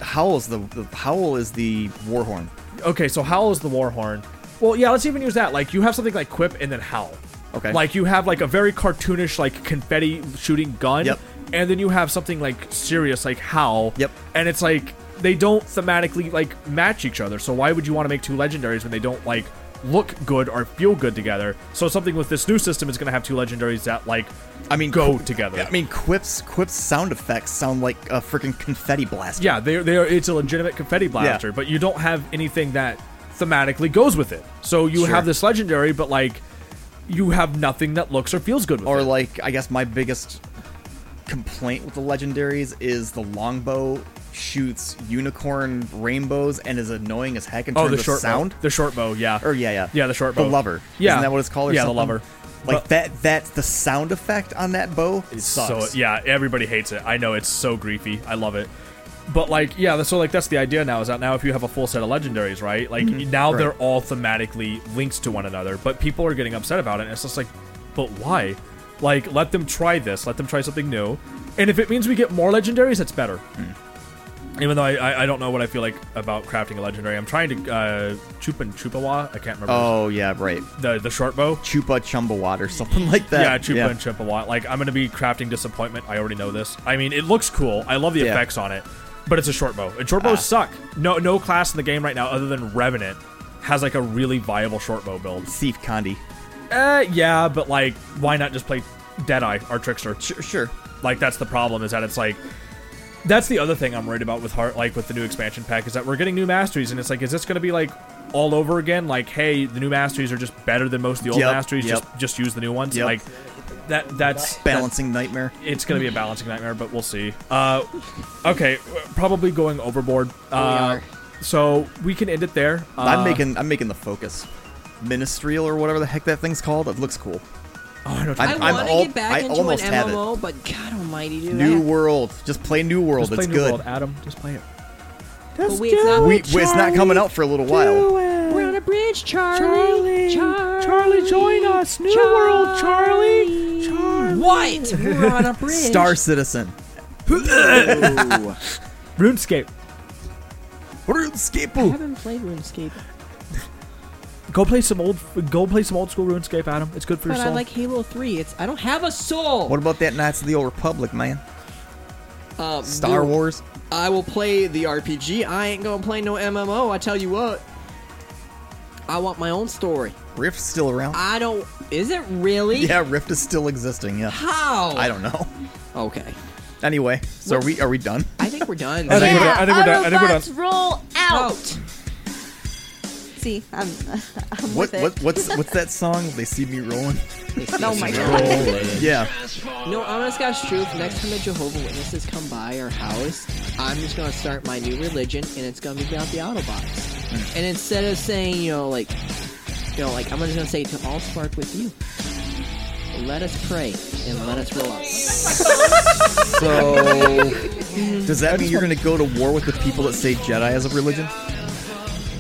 S4: Howl's the, the Howl is the Warhorn.
S3: Okay, so howl is the war horn. Well, yeah, let's even use that. Like you have something like quip and then howl.
S4: Okay.
S3: Like you have like a very cartoonish like confetti shooting gun. Yep. And then you have something like serious like howl. Yep. And it's like they don't thematically like match each other. So why would you want to make two legendaries when they don't like look good or feel good together? So something with this new system is going to have two legendaries that like
S4: I mean
S3: go together.
S4: I mean, Quip's Quip's sound effects sound like a freaking confetti blaster.
S3: Yeah, they they are. It's a legitimate confetti blaster, but you don't have anything that thematically goes with it. So you
S4: Sure.
S3: have this legendary, but like you have nothing that looks or feels good with
S4: or like I guess my biggest complaint with the legendaries is the longbow shoots unicorn rainbows and is annoying as heck in
S3: Oh,
S4: terms
S3: the
S4: of
S3: short bow.
S4: sound.
S3: The short bow, yeah.
S4: Or yeah, yeah,
S3: Yeah, the short
S4: The
S3: bow.
S4: lover.
S3: Yeah.
S4: isn't that what it's called? Or
S3: Yeah, the
S4: something?
S3: lover.
S4: Like
S3: But-
S4: that. That's the sound effect on that bow. It
S3: It's
S4: sucks.
S3: So yeah, everybody hates it. I know it's so griefy. I love it. But like yeah, so like that's the idea now is that now if you have a full set of legendaries, right? Like
S4: Mhm.
S3: now
S4: Right.
S3: they're all thematically linked to one another, but people are getting upset about it. And it's just like, but why? Like let them try this. Let them try something new. And if it means we get more legendaries, that's better.
S4: Hmm.
S3: Even though I, I I don't know what I feel like about crafting a legendary. I'm trying to uh Chupan Chupawa. I can't remember.
S4: Oh yeah, right.
S3: The the short bow.
S4: Chupa Chumbawat or something like that.
S3: Yeah, Chupa and Chumpawa. Like, I'm going to be crafting disappointment. I already know this. I mean, it looks cool. I love the
S4: Yeah.
S3: effects on it, but it's a short bow. And short bows
S4: Ah.
S3: suck. No, no class in the game right now other than Revenant has like a really viable short bow build.
S4: Thief Condi.
S3: Uh, yeah, but like, why not just play Deadeye or Trickster? Sure,
S4: sure.
S3: Like, that's the problem is that it's like. That's the other thing I'm worried about with Heart, like with the new expansion pack, is that we're getting new masteries, and it's like, is this going to be like all over again? Like, hey, the new masteries are just better than most of the old
S4: Yep,
S3: masteries.
S4: yep.
S3: Just, just use the new ones.
S4: Yep.
S3: Like, that that's
S4: Balancing nightmare.
S3: It's gonna be a balancing nightmare, but we'll see. Uh, okay, w- probably going overboard. Uh,
S4: are.
S3: So we can end it there. Uh,
S4: I'm making I'm making the focus. Ministerial or whatever the heck that thing's called. It looks cool.
S3: Oh, I know.
S1: I want to get back into an MMO, but God Almighty, dude, I
S4: New
S1: have-
S4: World. Just play New World.
S3: Just play
S4: it's
S3: New
S4: good.
S3: World, Adam. Just play it.
S1: But wait, it's not-
S4: we, it's not coming out for a little while.
S1: We're on a bridge, Charlie. Charlie, Charlie, join us. New world, Charlie. Charlie. What? We're on a bridge.
S4: Star Citizen.
S3: RuneScape.
S1: I
S4: RuneScape.
S1: haven't played RuneScape,
S3: Go play some old. Go play some old school RuneScape, Adam. It's good for
S1: but
S3: your
S1: I
S3: soul.
S1: like Halo Three. It's I don't have a soul.
S4: What about that Knights of the Old Republic, man?
S1: Uh,
S4: Star
S1: dude,
S4: Wars.
S1: I will play the RPG. I ain't gonna play no MMO. I tell you what. I want my own story.
S4: Rift's still around.
S1: I don't. Is it really?
S4: Yeah, Rift is still existing. Yeah.
S1: How?
S4: I don't know.
S1: Okay.
S4: Anyway, so are we are we done?
S1: I think we're done.
S4: I think we're
S2: Yeah,
S4: done- I think we're done- I think we're done.
S2: Autobots roll out. See, I'm, I'm
S4: What
S2: with it.
S4: what what's what's that song? They see me rolling.
S2: Oh my God.
S4: Yeah.
S1: No, honest God's truth. Next time the Jehovah Witnesses come by our house, I'm just gonna start my new religion, and it's gonna be about the Autobots. And instead of saying, you know, like, you know, like, I'm just gonna say to all spark with you. Let us pray and let us roll up.
S4: So does that mean you're gonna go to war with the people that say Jedi as a religion?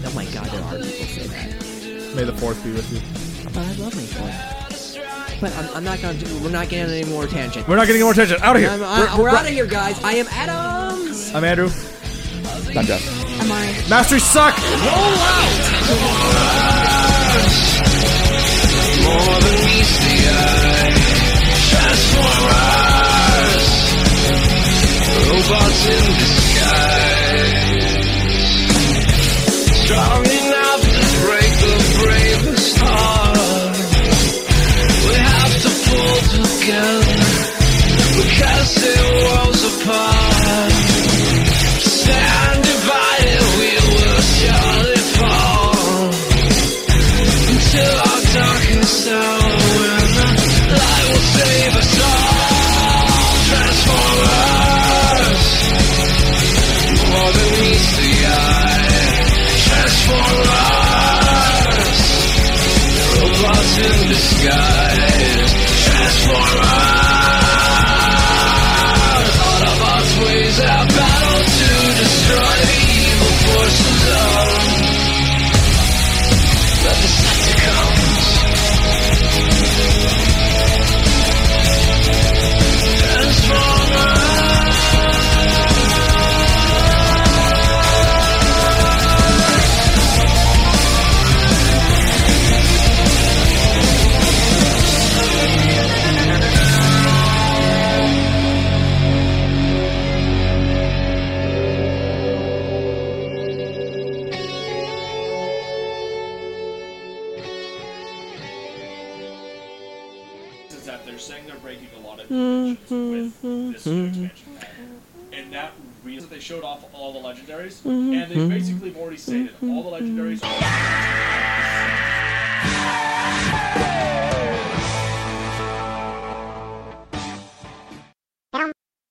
S1: Oh my God, there are people say that.
S3: May the fourth be with you.
S1: But I love my boy. But I'm, I'm not gonna. Do, we're not getting any more attention.
S3: We're not getting any more attention. Outta here.
S1: I'm- I-
S3: We're-
S1: we're
S3: we're-
S1: out of here, guys. I am Adams.
S3: I'm Andrew.
S4: I'm done.
S2: I'm alright.
S3: Masteries suck.
S7: More than meets the eye. Transformers. Robots in the sky. Strong enough to break the bravest heart. We have to pull together. We can't see worlds apart. Stand divided, we will surely fall until our darkest hour when the light will save us all. Transformers, more than meets the
S3: is that they're saying they're breaking a lot
S16: This
S3: of Mm-hmm.
S1: Mm-hmm.
S3: and that reason they showed off all the
S16: Mhm.
S3: legendaries,
S1: Mm-hmm.
S3: and they basically have already stated all the legendaries. Are-